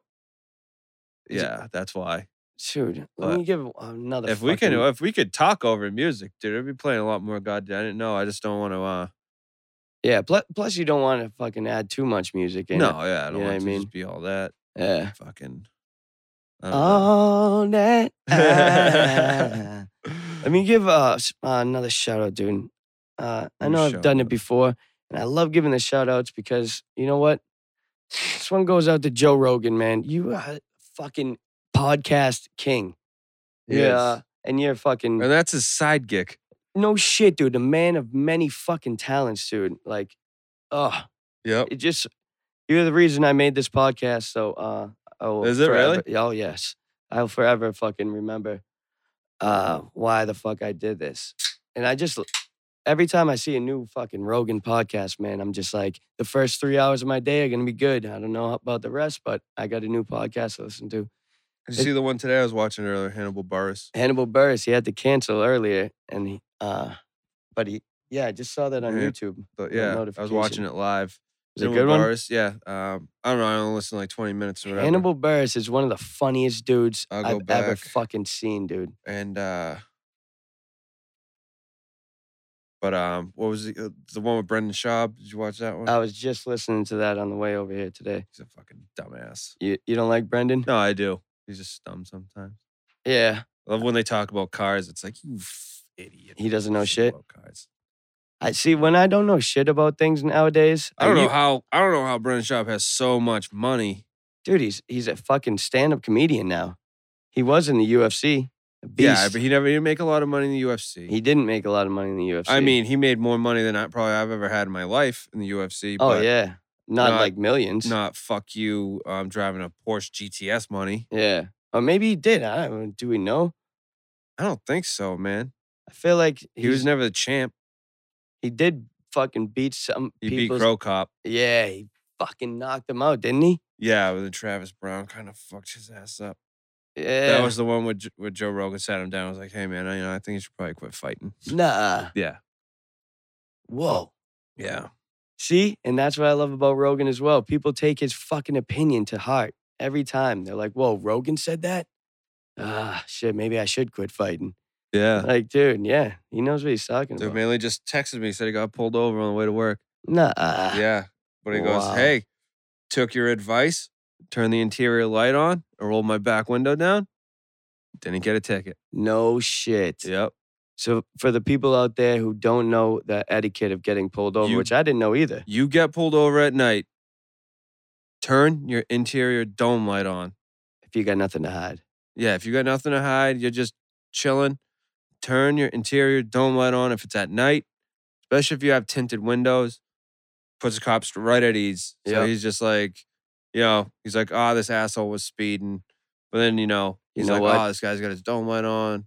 Is it- yeah, that's why. dude. Let But me give another. If we can, fucking- if we could talk over music, dude, I'd be playing a lot more goddamn. I didn't know. I just don't want to. uh yeah. Plus, plus you don't want to fucking add too much music in. No, yeah, I You know don't what I want to mean? just be all that it. yeah. Uh, fucking. I don't know. All that. I- Let me give uh, s- uh, another shout out, dude. Uh, I Ooh, know I've shout done it out. before, and I love giving the shout outs because you know what? This one goes out to Joe Rogan, man. You are a fucking podcast king. He Yeah. is. And you're fucking. and that's his side gig. no shit, dude. A man of many fucking talents, dude. Like, oh, Yep. it just you're the reason I made this podcast. So, uh, I will Is it really? forever- Oh yes, I'll forever fucking remember uh why the fuck I did this. And I just every time I see a new fucking Rogan podcast, man, I'm just like, the first three hours of my day are gonna be good. I don't know about the rest, but I got a new podcast to listen to. Did It- you see the one today I was watching earlier, Hannibal Burris? Hannibal Burris, he had to cancel earlier, and he, uh, but he, yeah, I just saw that on Yeah. YouTube. But Yeah, yeah, I was notification. watching it live. Is it a Hannibal good one? Burris, yeah. Um, I don't know. I only listened to like 20 minutes or whatever. Hannibal Burris is one of the funniest dudes I'll I've go ever back. fucking seen, dude. and uh but um what was the, uh, the one with Brendan Schaub? Did you watch that one? I was just listening to that on the way over here today. He's a fucking dumbass. You you don't like Brendan? No, I do. He's just dumb sometimes. Yeah, I love when they talk about cars. It's like you f- idiot. He doesn't you know shit." about cars. I see. When I don't know shit about things nowadays, I don't you- know how I don't know how Brendan Schaub has so much money. dude. He's he's a fucking stand-up comedian now. He was in the UFC. A beast. Yeah, but he never he didn't make a lot of money in the UFC. he didn't make a lot of money in the UFC. I mean, he made more money than I probably I've ever had in my life in the UFC. oh but yeah, not, not- like millions. Not fuck you. um, driving a Porsche GTS money. Yeah, or maybe he did. I don't, do we know? I don't think so, man. I feel like He was he's- never the champ. he did fucking beat some He people. beat Crow Cop. Yeah, he fucking knocked him out, didn't he? Yeah, with the Travis Brown kind of fucked his ass up. Yeah. That was the one where, J- where Joe Rogan sat him down. I was like, hey, man, I, you know, I think you should probably quit fighting. nah. Yeah. Whoa. Yeah. See, and that's what I love about Rogan as well. People take his fucking opinion to heart every time. They're like, "Whoa, Rogan said that? Ah, shit. Maybe I should quit fighting." Yeah. Like, dude, yeah, he knows what he's talking Dude, about. mainly just texted me, said he got pulled over on the way to work. Nah. Yeah. But he goes, Wow. Hey, took your advice, turned the interior light on, and rolled my back window down. Didn't get a ticket. No shit. Yep. So for the people out there who don't know the etiquette of getting pulled over, You- which I didn't know either. You get pulled over at night, turn your interior dome light on. If you got nothing to hide. Yeah, if you got nothing to hide, you're just chilling. Turn your interior dome light on if it's at night, especially if you have tinted windows. Puts the cops right at ease. So Yep. he's just like, you know, he's like, oh, this asshole was speeding. But then, you know, You he's know like, what? oh, this guy's got his dome light on.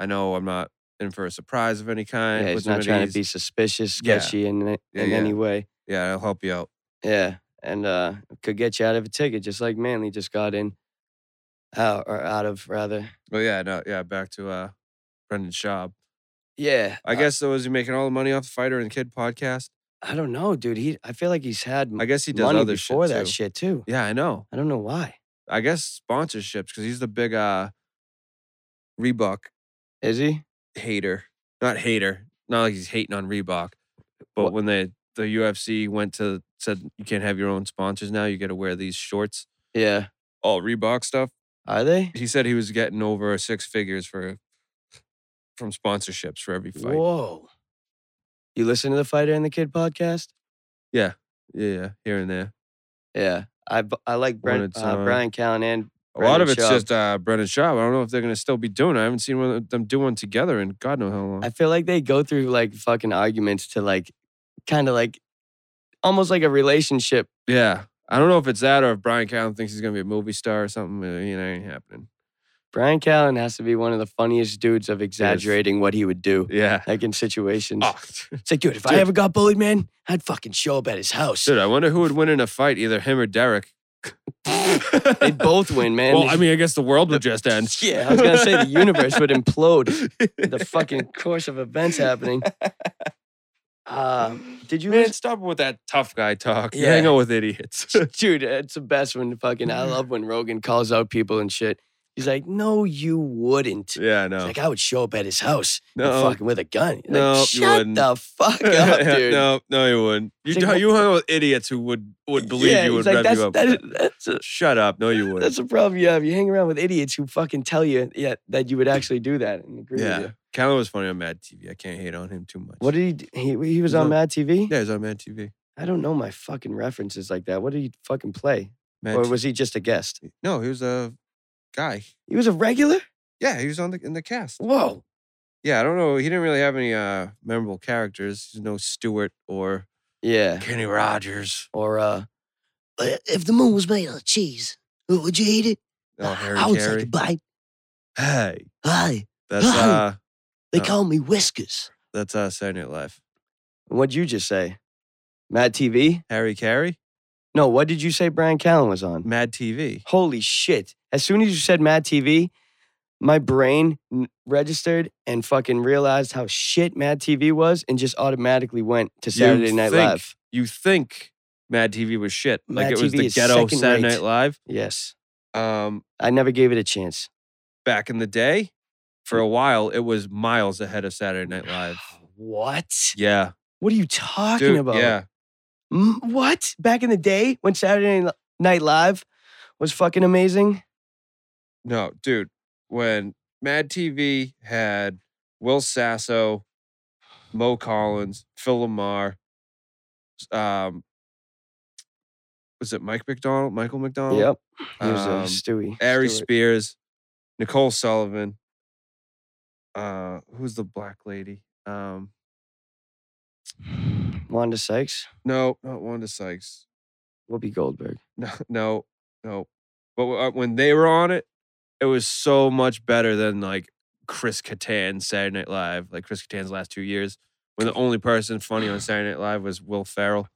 I know I'm not in for a surprise of any kind. yeah, Puts he's him not at trying ease. to be suspicious, Yeah. sketchy in, in Yeah, any yeah. way. Yeah, I'll help you out. Yeah, and uh, could get you out of a ticket, just like Manley just got in, out or out of rather. But yeah, no, yeah, back to uh Brendan Schaub. Yeah, I uh, guess though, is he making all the money off the Fighter and Kid podcast? I don't know, dude. He, I feel like he's had I guess he does money other before shit that too. shit too. Yeah, I know. I don't know why. I guess sponsorships because he's the big uh Reebok Is he? hater. Not hater. Not like he's hating on Reebok. But What- when they the UFC went to said you can't have your own sponsors now, you gotta wear these shorts. Yeah. All Reebok stuff. Are they? He said he was getting over six figures for from sponsorships for every fight. Whoa. You listen to the Fighter and the Kid podcast? Yeah, yeah, here and there. Yeah, I b- I like Brent, it's uh, on. Brian Callahan. A lot of Brendan it's Schaub. just uh Brendan Schaub. I don't know if they're gonna still be doing it. I haven't seen one of them do one together in God knows how long. I feel like they go through like fucking arguments to like, kind of like, almost like a relationship. Yeah. I don't know if it's that or if Brian Callen thinks he's gonna be a movie star or something. uh, You know, ain't happening. Brian Callen has to be one of the funniest dudes of exaggerating what he would do, Yeah. like in situations. Oh, It's like, dude, if I Dude. ever got bullied, man, I'd fucking show up at his house. dude, I wonder who would win in a fight, either him or Derek. They both win, man. well, I mean, I guess the world would just end. yeah, I was gonna say the universe would implode. with The fucking course of events happening. Um, did you, Man, listen- stop with that tough guy talk. You Yeah. hang out with idiots. dude? It's the best when fucking. I love when Rogan calls out people and shit. He's like, "No, you wouldn't." yeah, He's no. like, "I would show up at his house, and No. fucking with a gun." Like, No, you shut wouldn't. the fuck up, Yeah, dude. no, no, you wouldn't. You, It's like, d- you hung out with idiots who would would believe Yeah, you he's would like, rev that's, you up. that with is- that's a, that. Shut up. No, you wouldn't. That's a problem you have. You hang around with idiots who fucking tell you yeah, that you would actually do that and agree with yeah. you. Callen was funny on Mad TV. I can't hate on him too much. What did he? d- He, he was He's on on- Mad TV. Yeah, he's on Mad TV. I don't know my fucking references like that. What did he fucking play? Mad or T- was he just a guest? No, he was a guy. He was a regular. Yeah, he was on the in the cast. Whoa. Yeah, I don't know. He didn't really have any uh memorable characters. There's no Stewart or Yeah. Kenny Rogers. Or uh, "But if the moon was made out of cheese, would you eat it? Oh, Harry I would Carey. take a bite. hey, Hi, that's Hey. uh, they Oh. call me Whiskers. that's uh, Saturday Night Live. What'd you just say? Mad TV? Harry Carey, No. What did you say? Brian Callen was on. Mad TV. Holy shit. As soon as you said Mad TV, my brain n- registered and fucking realized how shit Mad TV was and just automatically went to Saturday Night think- Live. You think Mad TV was shit? Mad like it was TV the is ghetto second Saturday rate. Night Live. Yes. Um, I never gave it a chance. back in the day, for a while, it was miles ahead of Saturday Night Live. What? Yeah, What are you talking dude. about? Yeah, M- what? Back in the day when Saturday Ni- Night Live was fucking amazing? No, dude, when Mad TV had Will Sasso, Mo Collins, Phil Lamar, s- um, was it Mike McDonald, Michael McDonald? Yep. He was Oh, um, a Stewie. Ari Stewart. Spears, Nicole Sullivan, uh, who's the black lady? Um, Wanda Sykes. no, not Wanda Sykes. Whoopi Goldberg. No, no, no. But w- uh, when they were on it, it was so much better than like Chris Kattan Saturday Night Live, like Chris Kattan's last two years, when the only person funny on Saturday Night Live was Will Ferrell.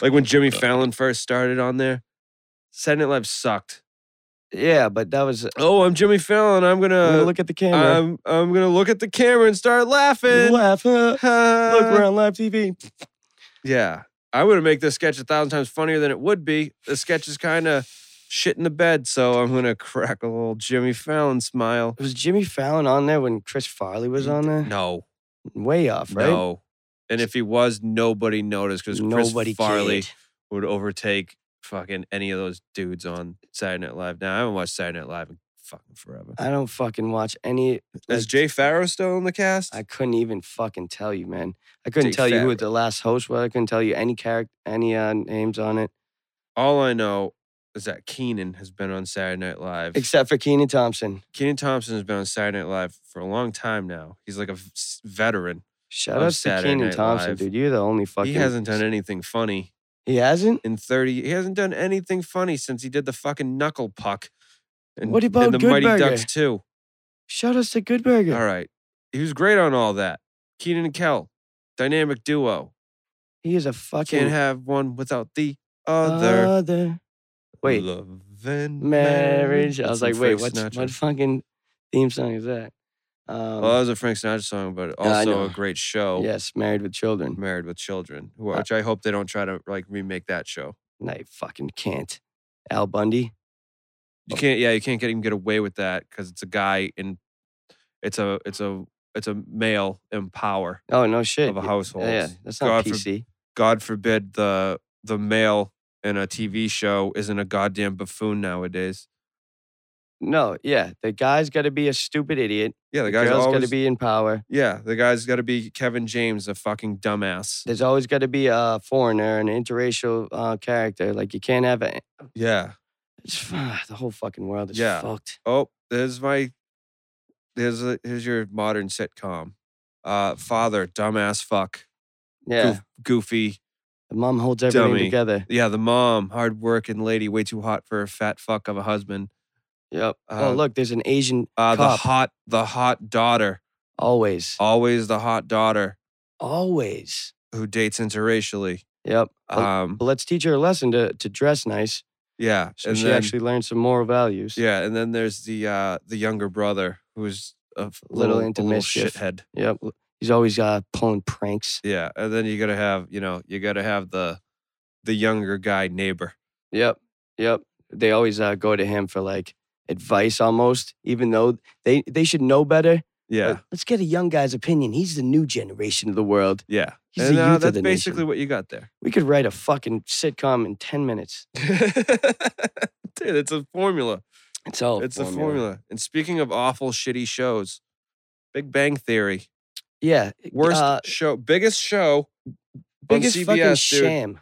Like when Jimmy Fallon first started on there, Saturday Night Live sucked. Yeah, but that was. Oh, I'm Jimmy Fallon. I'm I'm gonna gonna, look at the camera. I'm, I'm gonna look at the camera and start laughing. Laugh. huh? Ah. Look, we're on live TV. Yeah. I would make this sketch a thousand times funnier than it would be. The sketch is kind of shit in the bed, so I'm gonna crack a little Jimmy Fallon smile. Was Jimmy Fallon on there when Chris Farley was on there? No, Way off, right? no. And if he was, nobody noticed because Chris Nobody Farley cared. would overtake fucking any of those dudes on Saturday Night Live. Now I haven't watched Saturday Night Live in fucking forever. I don't fucking watch any. Is like, Jay Farrow still in the cast? I couldn't even fucking tell you, man. I couldn't Jay tell you who Farrow. the last host was. I couldn't tell you any character, any uh, names on it, All I know is that Keenan has been on Saturday Night Live. except for Keenan Thompson. Keenan Thompson has been on Saturday Night Live for a long time now. He's like a v- s- veteran. Shout Of out to Saturday Keenan Night Thompson, Live. dude. You're the only fucking. he hasn't done anything funny He hasn't. in 30 He hasn't done anything funny since he did the fucking knuckle puck. in- What about in the Good Mighty Burger? Ducks too? Shout out to Good Burger. All right. He was great on all that. Keenan and Kel, dynamic duo. He is a fucking Can't have one without the other. other. Wait, Love and marriage. I was That's from like, wait, Frank what's, Sinatra. what fucking theme song is that? Um, Well, that was a Frank Sinatra song, but I also a know. great show. yes, Married with Children. Married with Children, who- Uh, which I hope they don't try to like remake that show. No, you fucking can't. Al Bundy. Oh. You can't, yeah, you can't get, even get away with that because it's a guy in, it's a, it's a, it's a male in power Oh no shit. of a Yeah, household. Yeah, that's not God forb- PC. God forbid the the male in a TV show isn't a goddamn buffoon nowadays. No, yeah, the guy's got to be a stupid idiot. Yeah, the girl's guy's always. got to be in power. yeah, the guy's got to be Kevin James, a fucking dumbass. There's always got to be a foreigner, an interracial uh, character. Like you can't have a, Yeah. it's, the whole fucking world is Yeah. fucked. Oh, there's my there's a, here's your modern sitcom. Uh father, dumbass fuck, Yeah, goof, goofy. the mom holds everything dummy. together. Yeah, the mom, hard working lady, way too hot for a fat fuck of a husband. Yep. Uh, oh look, there's an Asian Cop. Uh the hot the hot daughter, always, always the hot daughter always. who dates interracially. Yep. But- Um but let's teach her a lesson to to dress nice, yeah, so and she then- actually learns some moral values. yeah, and then there's the uh the younger brother who's a f- Little little, into a little mischief. shithead. Yep. He's always uh, pulling pranks. Yeah, and then you got to have, you know, you got to have the the younger guy neighbor. Uh, Yep. Yep. They always uh, go to him for like advice almost, even though they, they should know better. Yeah. Like, Let's get a young guy's opinion. He's the new generation of the world. Yeah. He's and the uh, youth of that's the nation. basically what you got there. We could write a fucking sitcom in 10 minutes. Dude, it's a formula. It's all it's a formula. And speaking of awful, shitty shows, Big Bang Theory, Yeah. worst uh, show, biggest show, on biggest fucking CBS, dude. sham.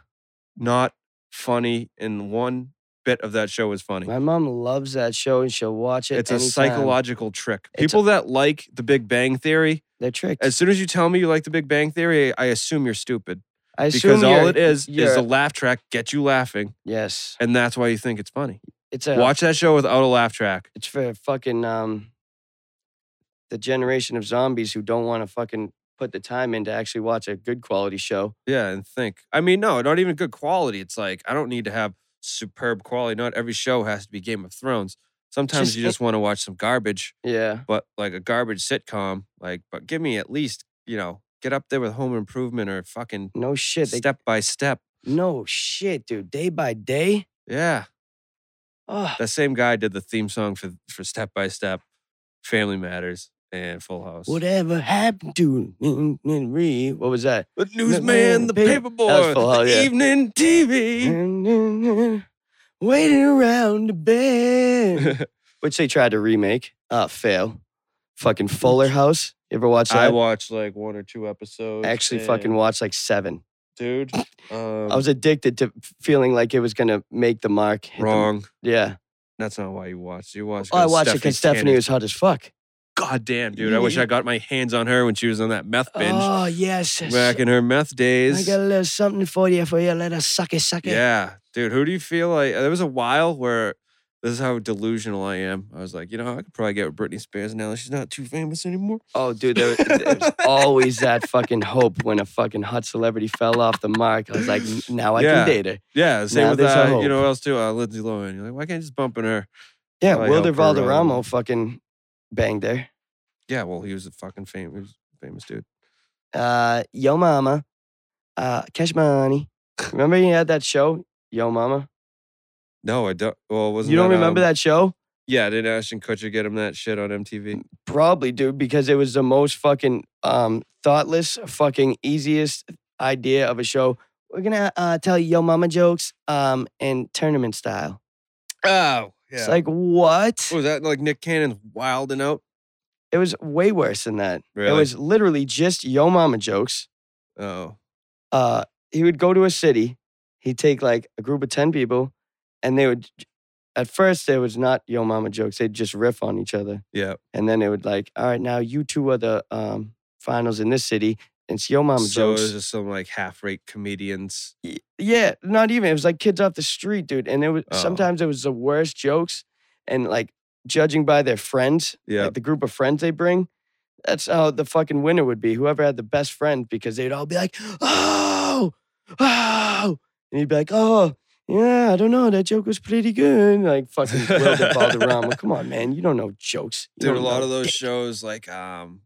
Not funny, and one bit of that show was funny. My mom loves that show and she'll watch it. It's a anytime. psychological trick. It's a- People that like The Big Bang Theory, They're tricked. as soon as you tell me you like The Big Bang Theory, I assume you're stupid I assume because all you're- it is is you're- the laugh track get you laughing, yes. and that's why you think it's funny. It's a Watch that show without a laugh track. It's for fucking um the generation of zombies who don't want to fucking put the time in to actually watch a good quality show. Yeah, and think. I mean, no, not even good quality. It's like I don't need to have superb quality. Not every show has to be Game of Thrones. Sometimes Just you just want to watch some garbage, Yeah. but like a garbage sitcom. Like, but give me at least you know get up there with Home Improvement or fucking No shit. They, Step by Step. no shit, dude. Day by day. Yeah, Oh, that same guy did the theme song for for Step by Step, Family Matters, and Full House. whatever happened to me? me- What was that? The man, newsman, the the paper- paper boy, Full House, the yeah. evening TV. Waiting around the bed. Which they tried to remake. Uh, fail. Fucking Fuller House. You ever watch that? I watched like one or two episodes. I actually and- fucking watched like seven. dude. Um, I was addicted to f- feeling like it was gonna make the mark. hit the- wrong. yeah. That's not why you watched. You watched. Oh, I watched it because Stephanie was hot as fuck. God damn, dude! I wish I got my hands on her when she was on that meth binge Oh yes. back in her meth I days. got a little something for you for you. Let us suck it, suck it. Yeah, dude. Who do you feel like? There was a while where this is how delusional I am. I was like, you know, I could probably get with Britney Spears now. that She's not too famous anymore. Oh, dude, there, there was always that fucking hope when a fucking hot celebrity fell off the mark. I was like, "N- now I Yeah. can date her. Yeah, same Now with there's a uh, you know hope. what else too? Uh, Lindsay Lohan. You're like, why can't I just bump in her? Yeah, Like Wilder El Perro. Valderramo fucking banged her. Yeah, well, he was a fucking famous, famous dude. Uh, yo mama, uh, Cash Money. Remember he had that show, Yo Mama? No, I don't. Well, wasn't you don't that, remember um, that show? Yeah, did Ashton Kutcher get him that shit on MTV? Probably, dude, because it was the most fucking um, thoughtless, fucking easiest idea of a show. We're gonna uh, tell Yo Mama jokes um, in tournament style. Oh, It's like what? What was that like Nick Cannon's Wilding Out? It was way worse than that. Really? It was literally just Yo Mama jokes. Oh, uh, he would go to a city. He'd take like a group of 10 people, and they would, at first, there was not Yo Mama jokes. They'd just riff on each other. yeah. And then it would like, all right, now you two are the um, finals in this city. and It's Yo Mama so it jokes. was just some like half-rate comedians. Y- yeah, not even. It was like kids off the street, dude. And it was Oh. sometimes it was the worst jokes. And like judging by their friends, Yeah. like the group of friends they bring, that's how the fucking winner would be. Whoever had the best friend, because they'd all be like, oh, oh. And you'd be like, oh, yeah, I don't know. That joke was pretty good. Like fucking Wilbur Valderrama. Come on, man. You don't know jokes. You Dude, a don't lot know of those dick." shows like um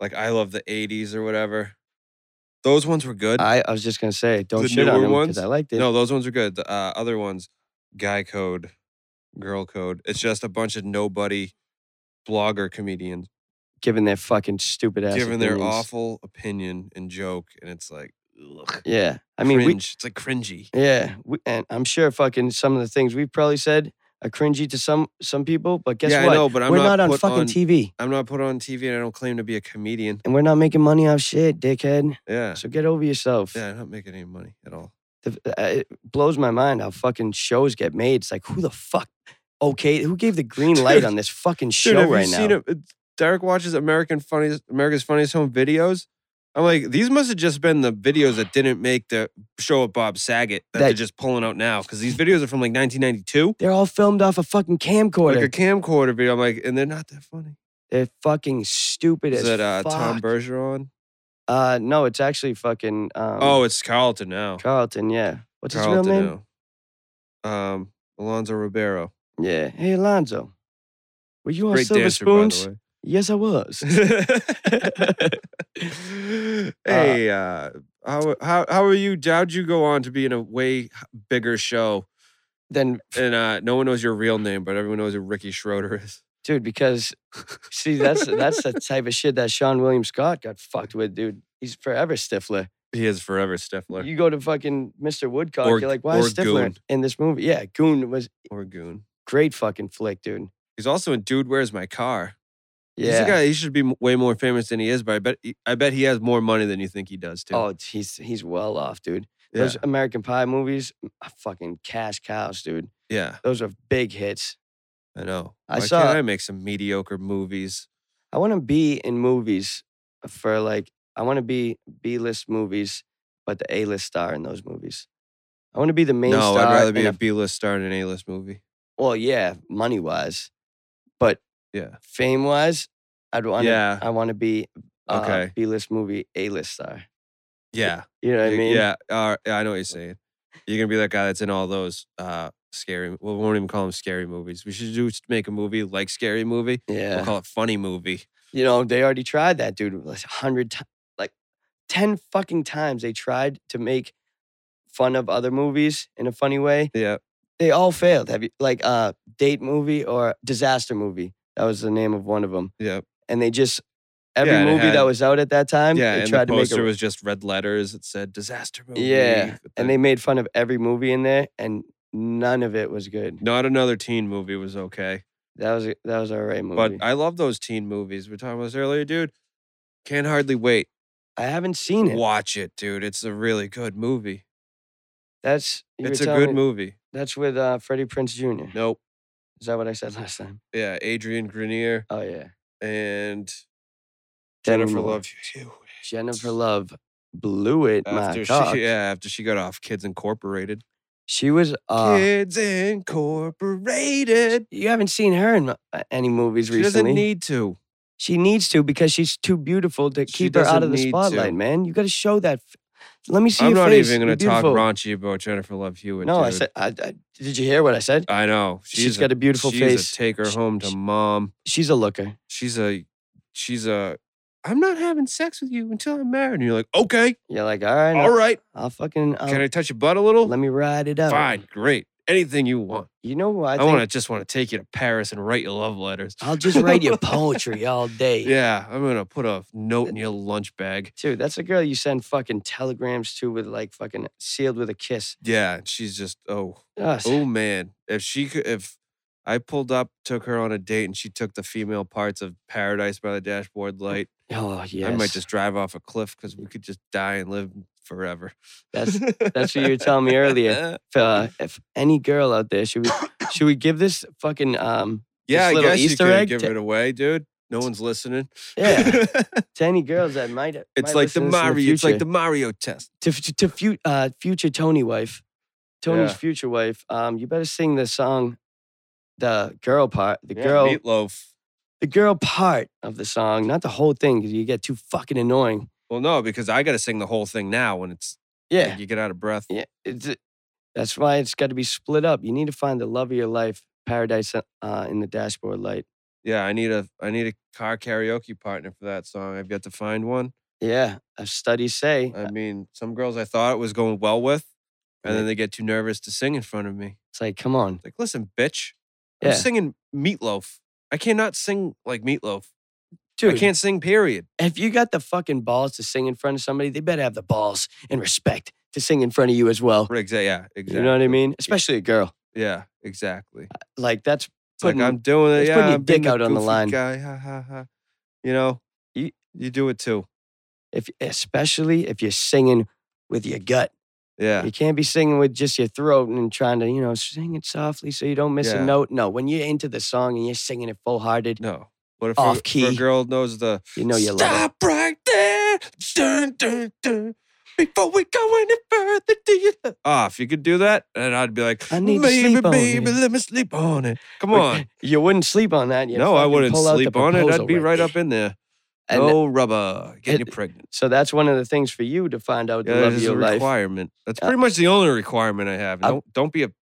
like I love the 80s or whatever. Those ones were good. I, I was just going to say, don't The shit on newer them ones? because I liked it. no, those ones were good. The uh, other ones, guy code, girl code. It's just a bunch of nobody blogger comedians Giving their fucking stupid ass. giving their opinions. awful opinion and joke and it's like ugh, Yeah. I mean, we, cringe. it's like cringy. Yeah, we, and I'm sure fucking some of the things we've probably said are cringy to some some people. But guess yeah, what? I know, but I'm we're not, not, on put fucking on- TV, I'm not put on TV and I don't claim to be a comedian. and we're not making money off shit, dickhead. Yeah. So get over yourself. Yeah, I don't make any money at all. The- uh, it blows my mind how fucking shows get made. It's like who the fuck? Okay, who gave the green light Dude. on this fucking show Dude, have right you now? seen it? It's- Derek watches American Funniest America's Funniest Home Videos. I'm like, these must have just been the videos that didn't make the show of Bob Saget that, they're That- just pulling out now because these videos are from like 1992, They're all filmed off a fucking camcorder. like a camcorder video. I'm like, and they're not that funny. They're fucking stupid Is as that uh, fuck. Tom Bergeron? Uh, no, it's actually fucking um, oh, it's Carlton now. Carlton. Yeah, what's his Carlton real name? now. Um, Alonzo Ribeiro. Yeah. Hey, Alonzo. Were you on Great Oh, Silver dancer, Spoons? by the way. Yes, I was. Uh, hey, uh, how how how are you? How'd you go on to be in a way h- bigger show? then, And uh, no one knows your real name, but everyone knows who Ricky Schroeder is. dude, because see, that's that's the type of shit that Sean William Scott got fucked with, dude. He's forever Stifler. He is forever Stifler You go to fucking Mr. Woodcock, Or- you're like, why is or Stifler Goon. in this movie? Yeah, Goon was or Goon. great fucking flick, dude. He's also in Dude, Where's My Car? He's Yeah. a guy. He should be m- way more famous than he is, but I bet he- I bet he has more money than you think he does too. oh, he's he's well off, dude. yeah, Those American Pie movies, are fucking cash cows, dude. yeah, Those are big hits. I know. I Why saw- can't I make some mediocre movies? I want to be in movies for like I want to be B list movies, but the A list star in those movies. I want to be the main no, star. I'd rather be in a B-list star in an A-list movie. well, yeah, money wise, but Yeah. fame wise, I'd want. Yeah. I want to be uh, Okay. B list movie, A list star. Yeah. You know what I Y- mean? Yeah, uh, yeah, I know what you're saying. You're gonna be that guy that's in all those uh, scary. Well, we won't even call them scary movies. We should just make a movie like Scary Movie. We'll Yeah. call it Funny Movie. You know they already tried that, dude. Like hundred, ti- like ten fucking times they tried to make fun of other movies in a funny way. Yeah, they all failed. Have you like uh date movie or disaster movie? That was the name of one of them. yeah, And they just every Yeah, and it movie that had- was out at that time, yeah. they And tried to the make poster a, was just red letters. It said disaster movie. yeah, with and the- they made fun of every movie in there, and none of it was good. not another teen movie was okay, That was that was our right movie. but I love those teen movies. We were talking about this earlier, dude. Can't hardly wait. I, haven't seen it. Watch it, dude. It's a really good movie. That's you were it's a telling good me- movie. That's with uh, Freddie Prince Jr. Nope. Is that what I said last time? Yeah, Adrian Grenier Oh yeah, and Demi Jennifer Moore. Love Hewitt. Jennifer Love blew it. after my cock. she yeah after she got off Kids Incorporated. she was. Uh, Kids Incorporated. You haven't seen her in uh, any movies She recently. doesn't need to. She needs to because she's too beautiful to She keep her out doesn't of the need to. spotlight, man. You got to show that. f- Let me see I'm your not face. even You're gonna talk beautiful. raunchy about Jennifer Love Hewitt. No, I dude. said. I, I, did you hear what I said? I know she's, she's got a beautiful she's face. take her Sh- home to sh- mom. She's a looker. She's a she's a I'm not having sex with you until I'm married. And you're like, okay, You're like, all right, all right. I'll, I'll fucking, I'll, Can I touch your butt a little? Um, let me ride it out. Fine, great. Anything you want. You know what? I, I, think want to just want to take you to Paris and write you love letters. I'll just write you poetry all day. Yeah, I'm gonna put a note in your lunch bag. Dude, that's a girl you send fucking telegrams to with like fucking sealed with a kiss. Yeah, and she's just oh Us. oh man. If she could, if I pulled up, took her on a date, and she took the female parts of Paradise by the Dashboard Light, Oh yes. I might just drive off a cliff because we could just die and live forever. That's that's what you were telling me earlier. If, uh, if any girl out there should we should we give this fucking um yeah, I little guess Easter you could egg give to- it away, dude. No one's listening. yeah to any girls that might it's like the Mario. Mario It's like the Mario test. to f- to fu- uh, future Tony wife, Tony's Yeah. future wife. Um, you better sing the song, the girl part, the Yeah, girl, meatloaf. the girl part of the song, not the whole thing, because you get too fucking annoying. Well, no, because I got to sing the whole thing now when it's like, Yeah, you get out of breath. yeah. It's, it- that's why it's got to be split up. You need to find the love of your life, paradise uh, in the dashboard light. Yeah, I need a I need a car karaoke partner for that song. I've got to find one. Yeah, a study say I mean, some girls I thought it was going well with, and then Right. they get too nervous to sing in front of me. it's like, come on, Like, listen, bitch, yeah, I'm singing meatloaf. I cannot sing like meatloaf. dude. I can't sing. Period. If you got the fucking balls to sing in front of somebody, they better have the balls and respect to sing in front of you as well. Exactly. Yeah. Exactly. You know what I mean? Especially a girl. Yeah. Exactly. Like that's It's like putting- I'm doing it. it's yeah, putting your I'm being dick the out on the goofy line. Guy, ha ha ha. You know, You- you you do it too. if especially if you're singing with your gut. Yeah. You can't be singing with just your throat and trying to, you know, sing it softly so you don't miss Yeah. a note. No, when you're into the song and you're singing it full hearted, No. What if Off a, if key. a girl knows the you know you love it. Stop right there. Dun, dun, dun. Before we go any further, do you love? Ah, if you could do that, and I'd be like, I need to maybe, sleep on baby, it." let me sleep on it. Come Wait, on. You wouldn't sleep on that. You'd no, I fucking wouldn't pull out the sleep on it. proposal I'd be right there. up in there. And no rubber. Getting it- you pregnant. so that's one of the things for you to find out the Yeah, love that of is a your life. requirement. That's Uh, pretty much the only requirement I have. I- Don't don't be a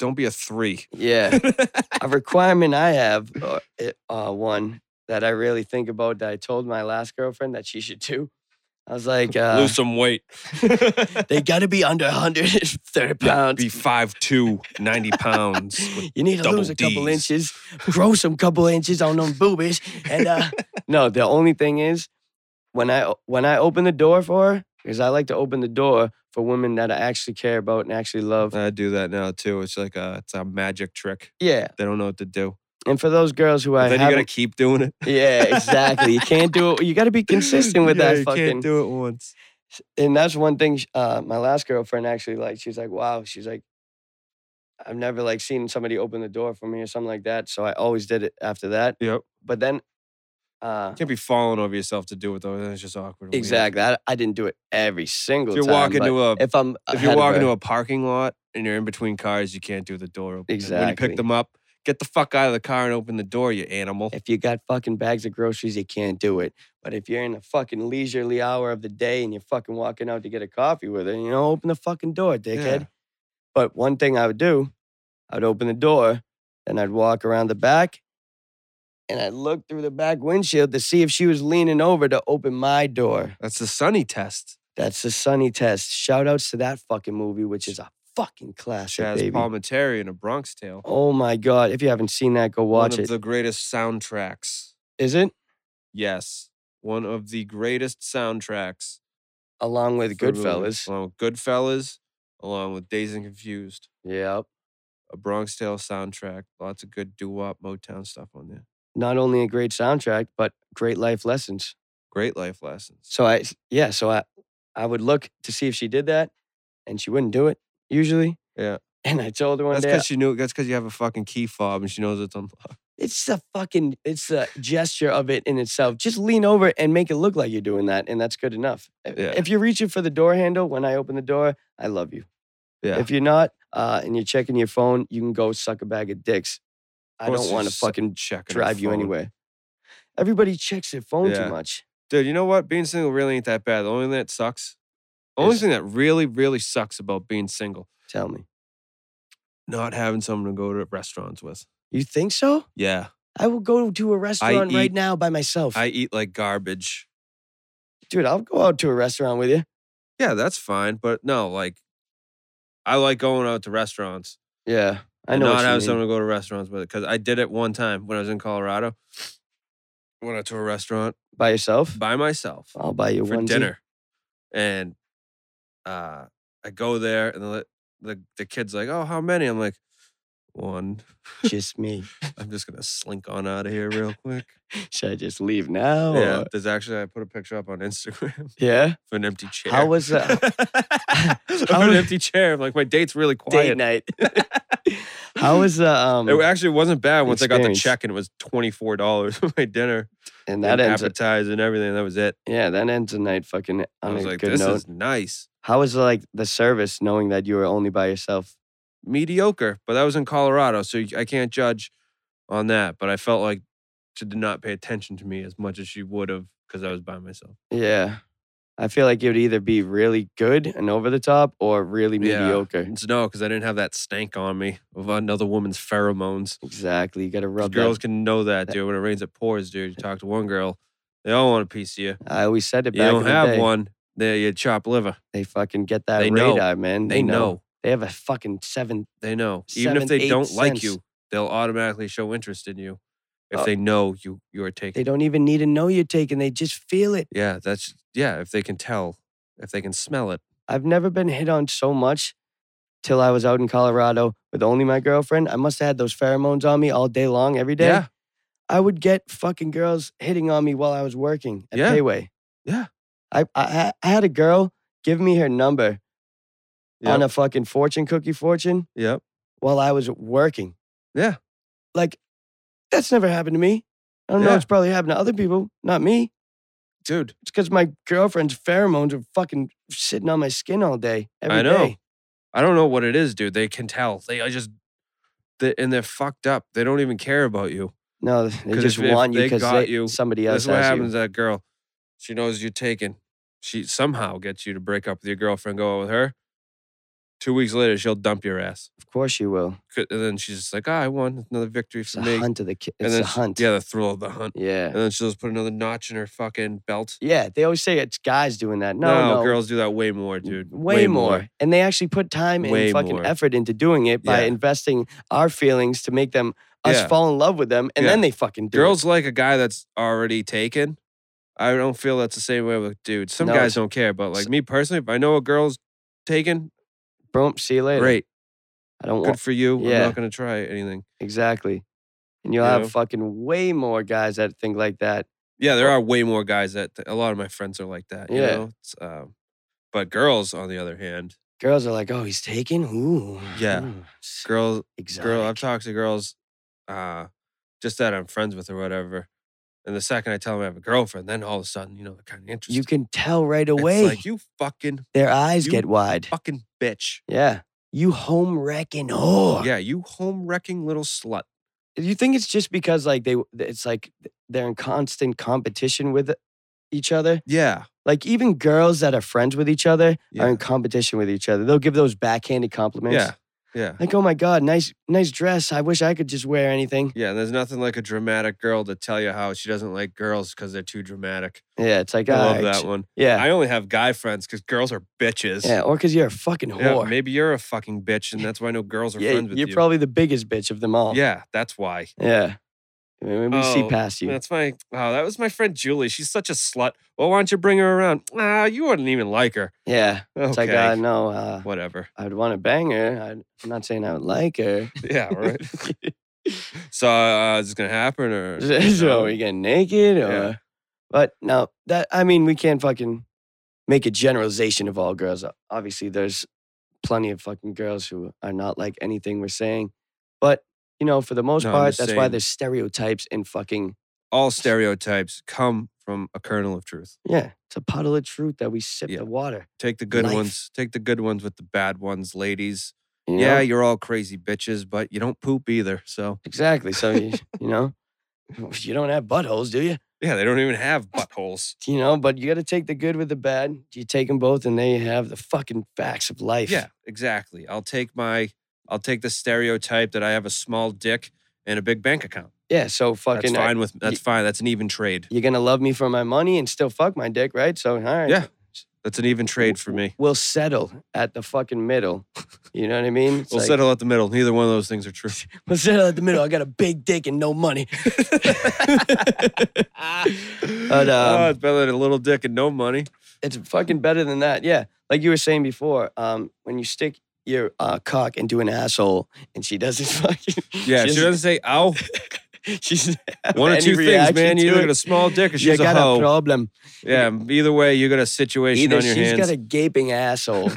don't be a three. Yeah. a requirement I have, uh, it- uh, one that I really think about that I told my last girlfriend that she should do. I was like, uh, Lose some weight. they got to be under 130 pounds. be 5'2", 90 pounds. with- you need to double lose a couple Ds. inches, grow some couple inches on them boobies, and uh, no. The only thing is, when I when I open the door for her, because I like to open the door for women that I actually care about and actually love. I do that now too. It's like a it's a magic trick. Yeah, They don't know what to do. and for those girls who I then you gotta haven't, keep doing it. yeah, exactly. You can't do it. You got to be consistent with Yeah, that you fucking. Can't do it once. and that's one thing sh- uh, my last girlfriend actually like she was like wow she's like i've never like seen somebody open the door for me or something like that so i always did it after that Yep. but then uh You can't be falling over yourself to do it though. Then it's just awkward. and weird. exactly I, I didn't do it every single If you're time walking to a but if i'm if you're walking to a parking lot and you're in between cars, you can't do the door open. And When you Exactly. pick them up, get the fuck out of the car and open the door, you animal. if you got fucking bags of groceries you can't do it but if you're in the fucking leisurely hour of the day and you're fucking walking out to get a coffee with her you know open the fucking door dickhead Yeah. But one thing I would do, I'd open the door, then I'd walk around the back, and I'd look through the back windshield to see if she was leaning over to open my door. That's the sunny test. That's the Sunny test. Shout outs to that fucking movie, which is a fucking classic, Chaz baby. Palminteri in A Bronx Tale. Oh my god! If you haven't seen that, go watch One of it. the greatest soundtracks. Is it Yes. One of the greatest soundtracks. along with for movies, Goodfellas? Along with Goodfellas, along with Days and Confused. Yep. a Bronx Tale soundtrack, lots of good doo-wop Motown stuff on there. Not only a great soundtrack, but great life lessons. Great life lessons. So I, yeah, so I, I would look to see if she did that, and she wouldn't do it usually. Yeah. And I told her one That's day, because she knew. That's because you have a fucking key fob and she knows it's unlocked. It's the fucking it's the gesture of it in itself. Just lean over and make it look like you're doing that, and that's good enough. If- Yeah. If you're reaching for the door handle when I open the door, I love you. Yeah. If you're not, uh, and you're checking your phone, you can go suck a bag of dicks. I course don't you're want to su- fucking checking her drive you phone. anywhere. Everybody checks their phone Yeah. too much. dude. You know what? Being single really ain't that bad. The only thing that sucks, only Is- thing that really, really sucks about being single, Tell me, not having someone to go to restaurants with. you think so? Yeah, I will go to a restaurant right eat- now by myself. I eat like garbage. dude, I'll go out to a restaurant with you. Yeah, that's fine. But no, like, I like going out to restaurants. Yeah, I and know. Not what you having mean. someone to go to restaurants with it because I did it one time when I was in Colorado. Went out to a restaurant by yourself. by myself I'll buy you for one dinner, and uh, I go there, and the the the kid's like, "Oh, how many?" I'm like, "One." Just me. I'm just gonna slink on out of here real quick. Should I just leave now? Yeah, or- there's actually I put a picture up on Instagram Yeah. of an empty chair. How was uh, I'm an was- empty chair. I'm like, my date's really date quiet. night? How was the um? It actually wasn't bad once I got the Experience. check and it was twenty four dollars for my dinner, and that that and ends. appetizer and everything. That was it. yeah, that ends the night. Fucking I on a was like, good this note. is nice, How was like the service, knowing that you were only by yourself? mediocre. But that was in Colorado, so I can't judge on that. But I felt like she did not pay attention to me as much as she would have because I was by myself. Yeah. I feel like it would either be really good and over the top or really Yeah. mediocre. It's no, because I didn't have that stank on me of another woman's pheromones. Exactly. You got to 'Cause rub Girls that. can know that, dude. When it rains, it pours, dude. You talk to one girl, they all want a piece of you. I always said it You back in don't the have day. one, they you chop liver. They fucking get that They know. radar, man. They know. They have a fucking seven. They know. Even if Seventh, they eighth don't like sense. you, they'll automatically show interest in you if Oh. they know you you are taking. They don't even need to know you're taking. They just feel it. Yeah, that's yeah. If they can tell, if they can smell it, I've never been hit on so much till I was out in Colorado with only my girlfriend. I must have had those pheromones on me all day long, every day. yeah, I would get fucking girls hitting on me while I was working at Yeah. Payway. Yeah. I, I I had a girl give me her number on Yep. a fucking fortune cookie fortune yep, while I was working. yeah. Like, that's never happened to me. I don't know. Yeah. It's probably happened to other people, not me. Dude, It's because my girlfriend's pheromones are fucking sitting on my skin all day. every day. I know. I don't know what it is, dude. They can tell. They I just, they, and they're fucked up. They don't even care about you. No, they 'Cause just if- if want you they because got you, somebody else That's what has you. happens to that girl. She knows you're taken. She somehow gets you to break up with your girlfriend, go out with her. Two weeks later, she'll dump your ass. Of course you will. C- And then she's just like, ah, I won another victory It's for a me. hunt of the kid. and It's then a she- hunt. Yeah, the thrill of the hunt. Yeah. And then she'll just put another notch in her fucking belt. Yeah, they always say it's guys doing that. No, no, girls do that way more, dude. Way, more. And they actually put time and Way fucking more. effort into doing it by Yeah. investing our feelings to make them us Yeah. fall in love with them and then Yeah. they fucking do Girls like a guy that's already taken. I don't feel that's the same way with dudes. Some No, guys it's- don't care, but like me personally, if I know a girl's taken, it. Boom, see you later. great. I don't Good want for you. I'm yeah. not gonna try anything. exactly. And you'll You have know? fucking way more guys that think like that. Yeah, there are way more guys that a lot of my friends are like that. You Yeah. know? It's, um, but girls, on the other hand, Girls are like, oh, he's taken. Ooh. Yeah. ooh, s- girls, Exotic. girl, I've talked to girls, uh, just that I'm friends with or whatever. And the second I tell them I have a girlfriend, then all of a sudden, you know, they're kind of interested. you can tell right away. It's like you fucking Their eyes you get wide. fucking bitch. Yeah. You home wrecking whore. Yeah, you home wrecking little slut. Do you think it's just because like they it's like they're in constant competition with e, each other? Yeah. Like even girls that are friends with each other are Yeah. in competition with each other. They'll give those backhanded compliments. Yeah. Yeah. Like, oh my god, nice nice dress. I wish I could just wear anything. Yeah. There's nothing like a dramatic girl to tell you how she doesn't like girls because they're too dramatic. Yeah, it's like I "Alright, love that one. Yeah. I only have guy friends because girls are bitches. yeah, or because you're a fucking Yeah, whore. maybe you're a fucking bitch, and that's why no girls are Yeah, friends with you're you. probably the biggest bitch of them all. yeah, that's why. Yeah. I mean, we see Oh, past you. That's my wow. That was my friend Julie. She's such a slut. Well, why don't you bring her around? Ah, you wouldn't even like her. Yeah. Okay, It's like, uh, no, uh, whatever. I'd want to bang her. I'd, I'm not saying I would like her. Yeah, right. so uh, is this gonna happen or? so no? are we getting naked or Um, Yeah. but no that i mean we can't fucking make a generalization of all girls O- obviously there's plenty of fucking girls who are not like anything we're saying but you know for the most No, I'm part just that's why saying- there's stereotypes and fucking all stereotypes come from a kernel of truth. yeah it's a puddle of truth that we sip Yeah. the water Take the good Life. ones, take the good ones with the bad ones, ladies. you Yeah, know? you're all crazy bitches, but you don't poop either. So exactly so you, you know you don't have buttholes do you yeah, they don't even have buttholes. you know but you got to take the good with the bad you take them both and they have the fucking facts of life Yeah, exactly. I'll take my I'll take the stereotype that I have a small dick and a big bank account. Yeah, so That's fucking I- fine with that's fine. That's an even trade. you're gonna love me for my money and still fuck my dick, right? So all right. Yeah. That's an even trade for me. We'll settle at the fucking middle. You know what I mean? It's We'll like, settle at the middle. Neither one of those things are true. We'll settle at the middle. I got a big dick and no money. but, um, Oh, it's better than a little dick and no money. it's fucking better than that. Yeah. Like you were saying before, um, when you stick your uh, cock into an asshole and she doesn't fucking Yeah, she doesn't say ow. she's One or two things, man. You either got a small dick or you she's a got a, hoe. problem. yeah, either way, you got a situation Either on your she's hands. got a gaping asshole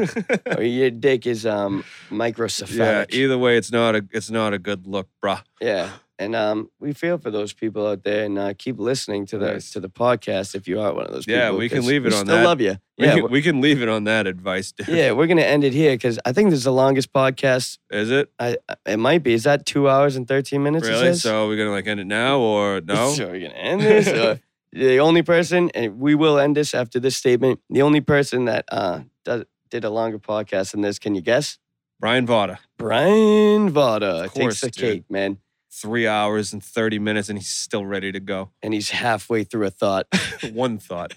or your dick is um yeah, e microcephalic. either way, it's not a it's not a good look, bruh. Yeah. And um, we feel for those people out there, and uh, keep listening to the Nice. to the podcast if you are one of those. Yeah, people, we can 'cause leave it we on still that. love you. We, yeah, can, we're- we can leave it on that advice, dude. yeah, we're gonna end it here because I think this is the longest podcast. Is it I it might be. Is that two hours and thirteen minutes? it really? says? So we're gonna like end it now or no? So we're gonna end this. uh, the only person, and we will end this after this statement. The only person that uh does, did a longer podcast than this, can you guess? Brian Vada, Brian Vada Of takes course, the dude. cake, man, three hours and thirty minutes, and he's still ready to go. and he's halfway through a thought. One thought.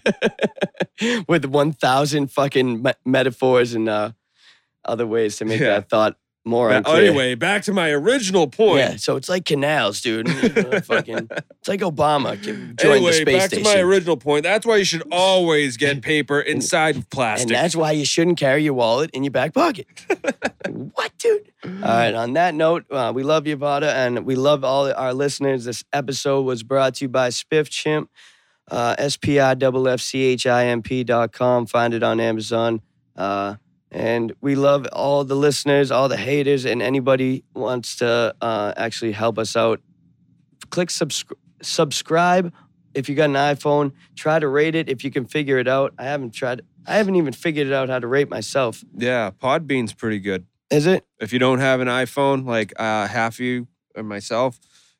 with 1,000 fucking me- metaphors and uh, other ways to make Yeah. that thought more Ba- unclear. anyway, back to my original point. Yeah, so it's like canals, dude. fucking, it's like Obama can join anyway, the space back station. to my original point. That's why you should always get paper inside of and plastic. that's why you shouldn't carry your wallet in your back pocket. what, dude? All right, on that note, uh, we love you, Vada, and we love all our listeners. This episode was brought to you by Spiff Chimp, uh, S P I F F C H I M P dot com. Find it on Amazon. Uh, and we love all the listeners, all the haters, and anybody who wants to uh, actually help us out. Click subscri- subscribe if you got an iPhone. Try to rate it if you can figure it out. I haven't tried. I haven't even figured it out how to rate myself. yeah, Podbean's pretty good. Is it? If you don't have an iPhone, like uh, half of you and myself,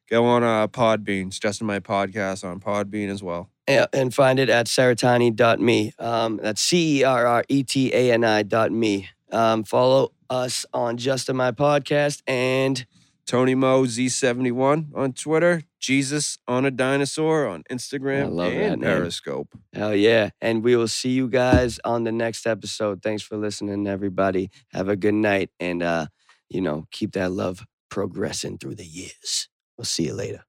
go on uh, Podbean. It's just in my podcast on Podbean as well. Yeah, and find it at seratani.me. Um, that's C E R R E T A N I dot me. Um, follow us on Just in My Podcast and Tony Mo Z71 on Twitter. Jesus on a dinosaur on Instagram I love that and name. Periscope. hell yeah. And we will see you guys on the next episode. Thanks for listening, everybody. Have a good night and, uh, you know, keep that love progressing through the years. We'll see you later.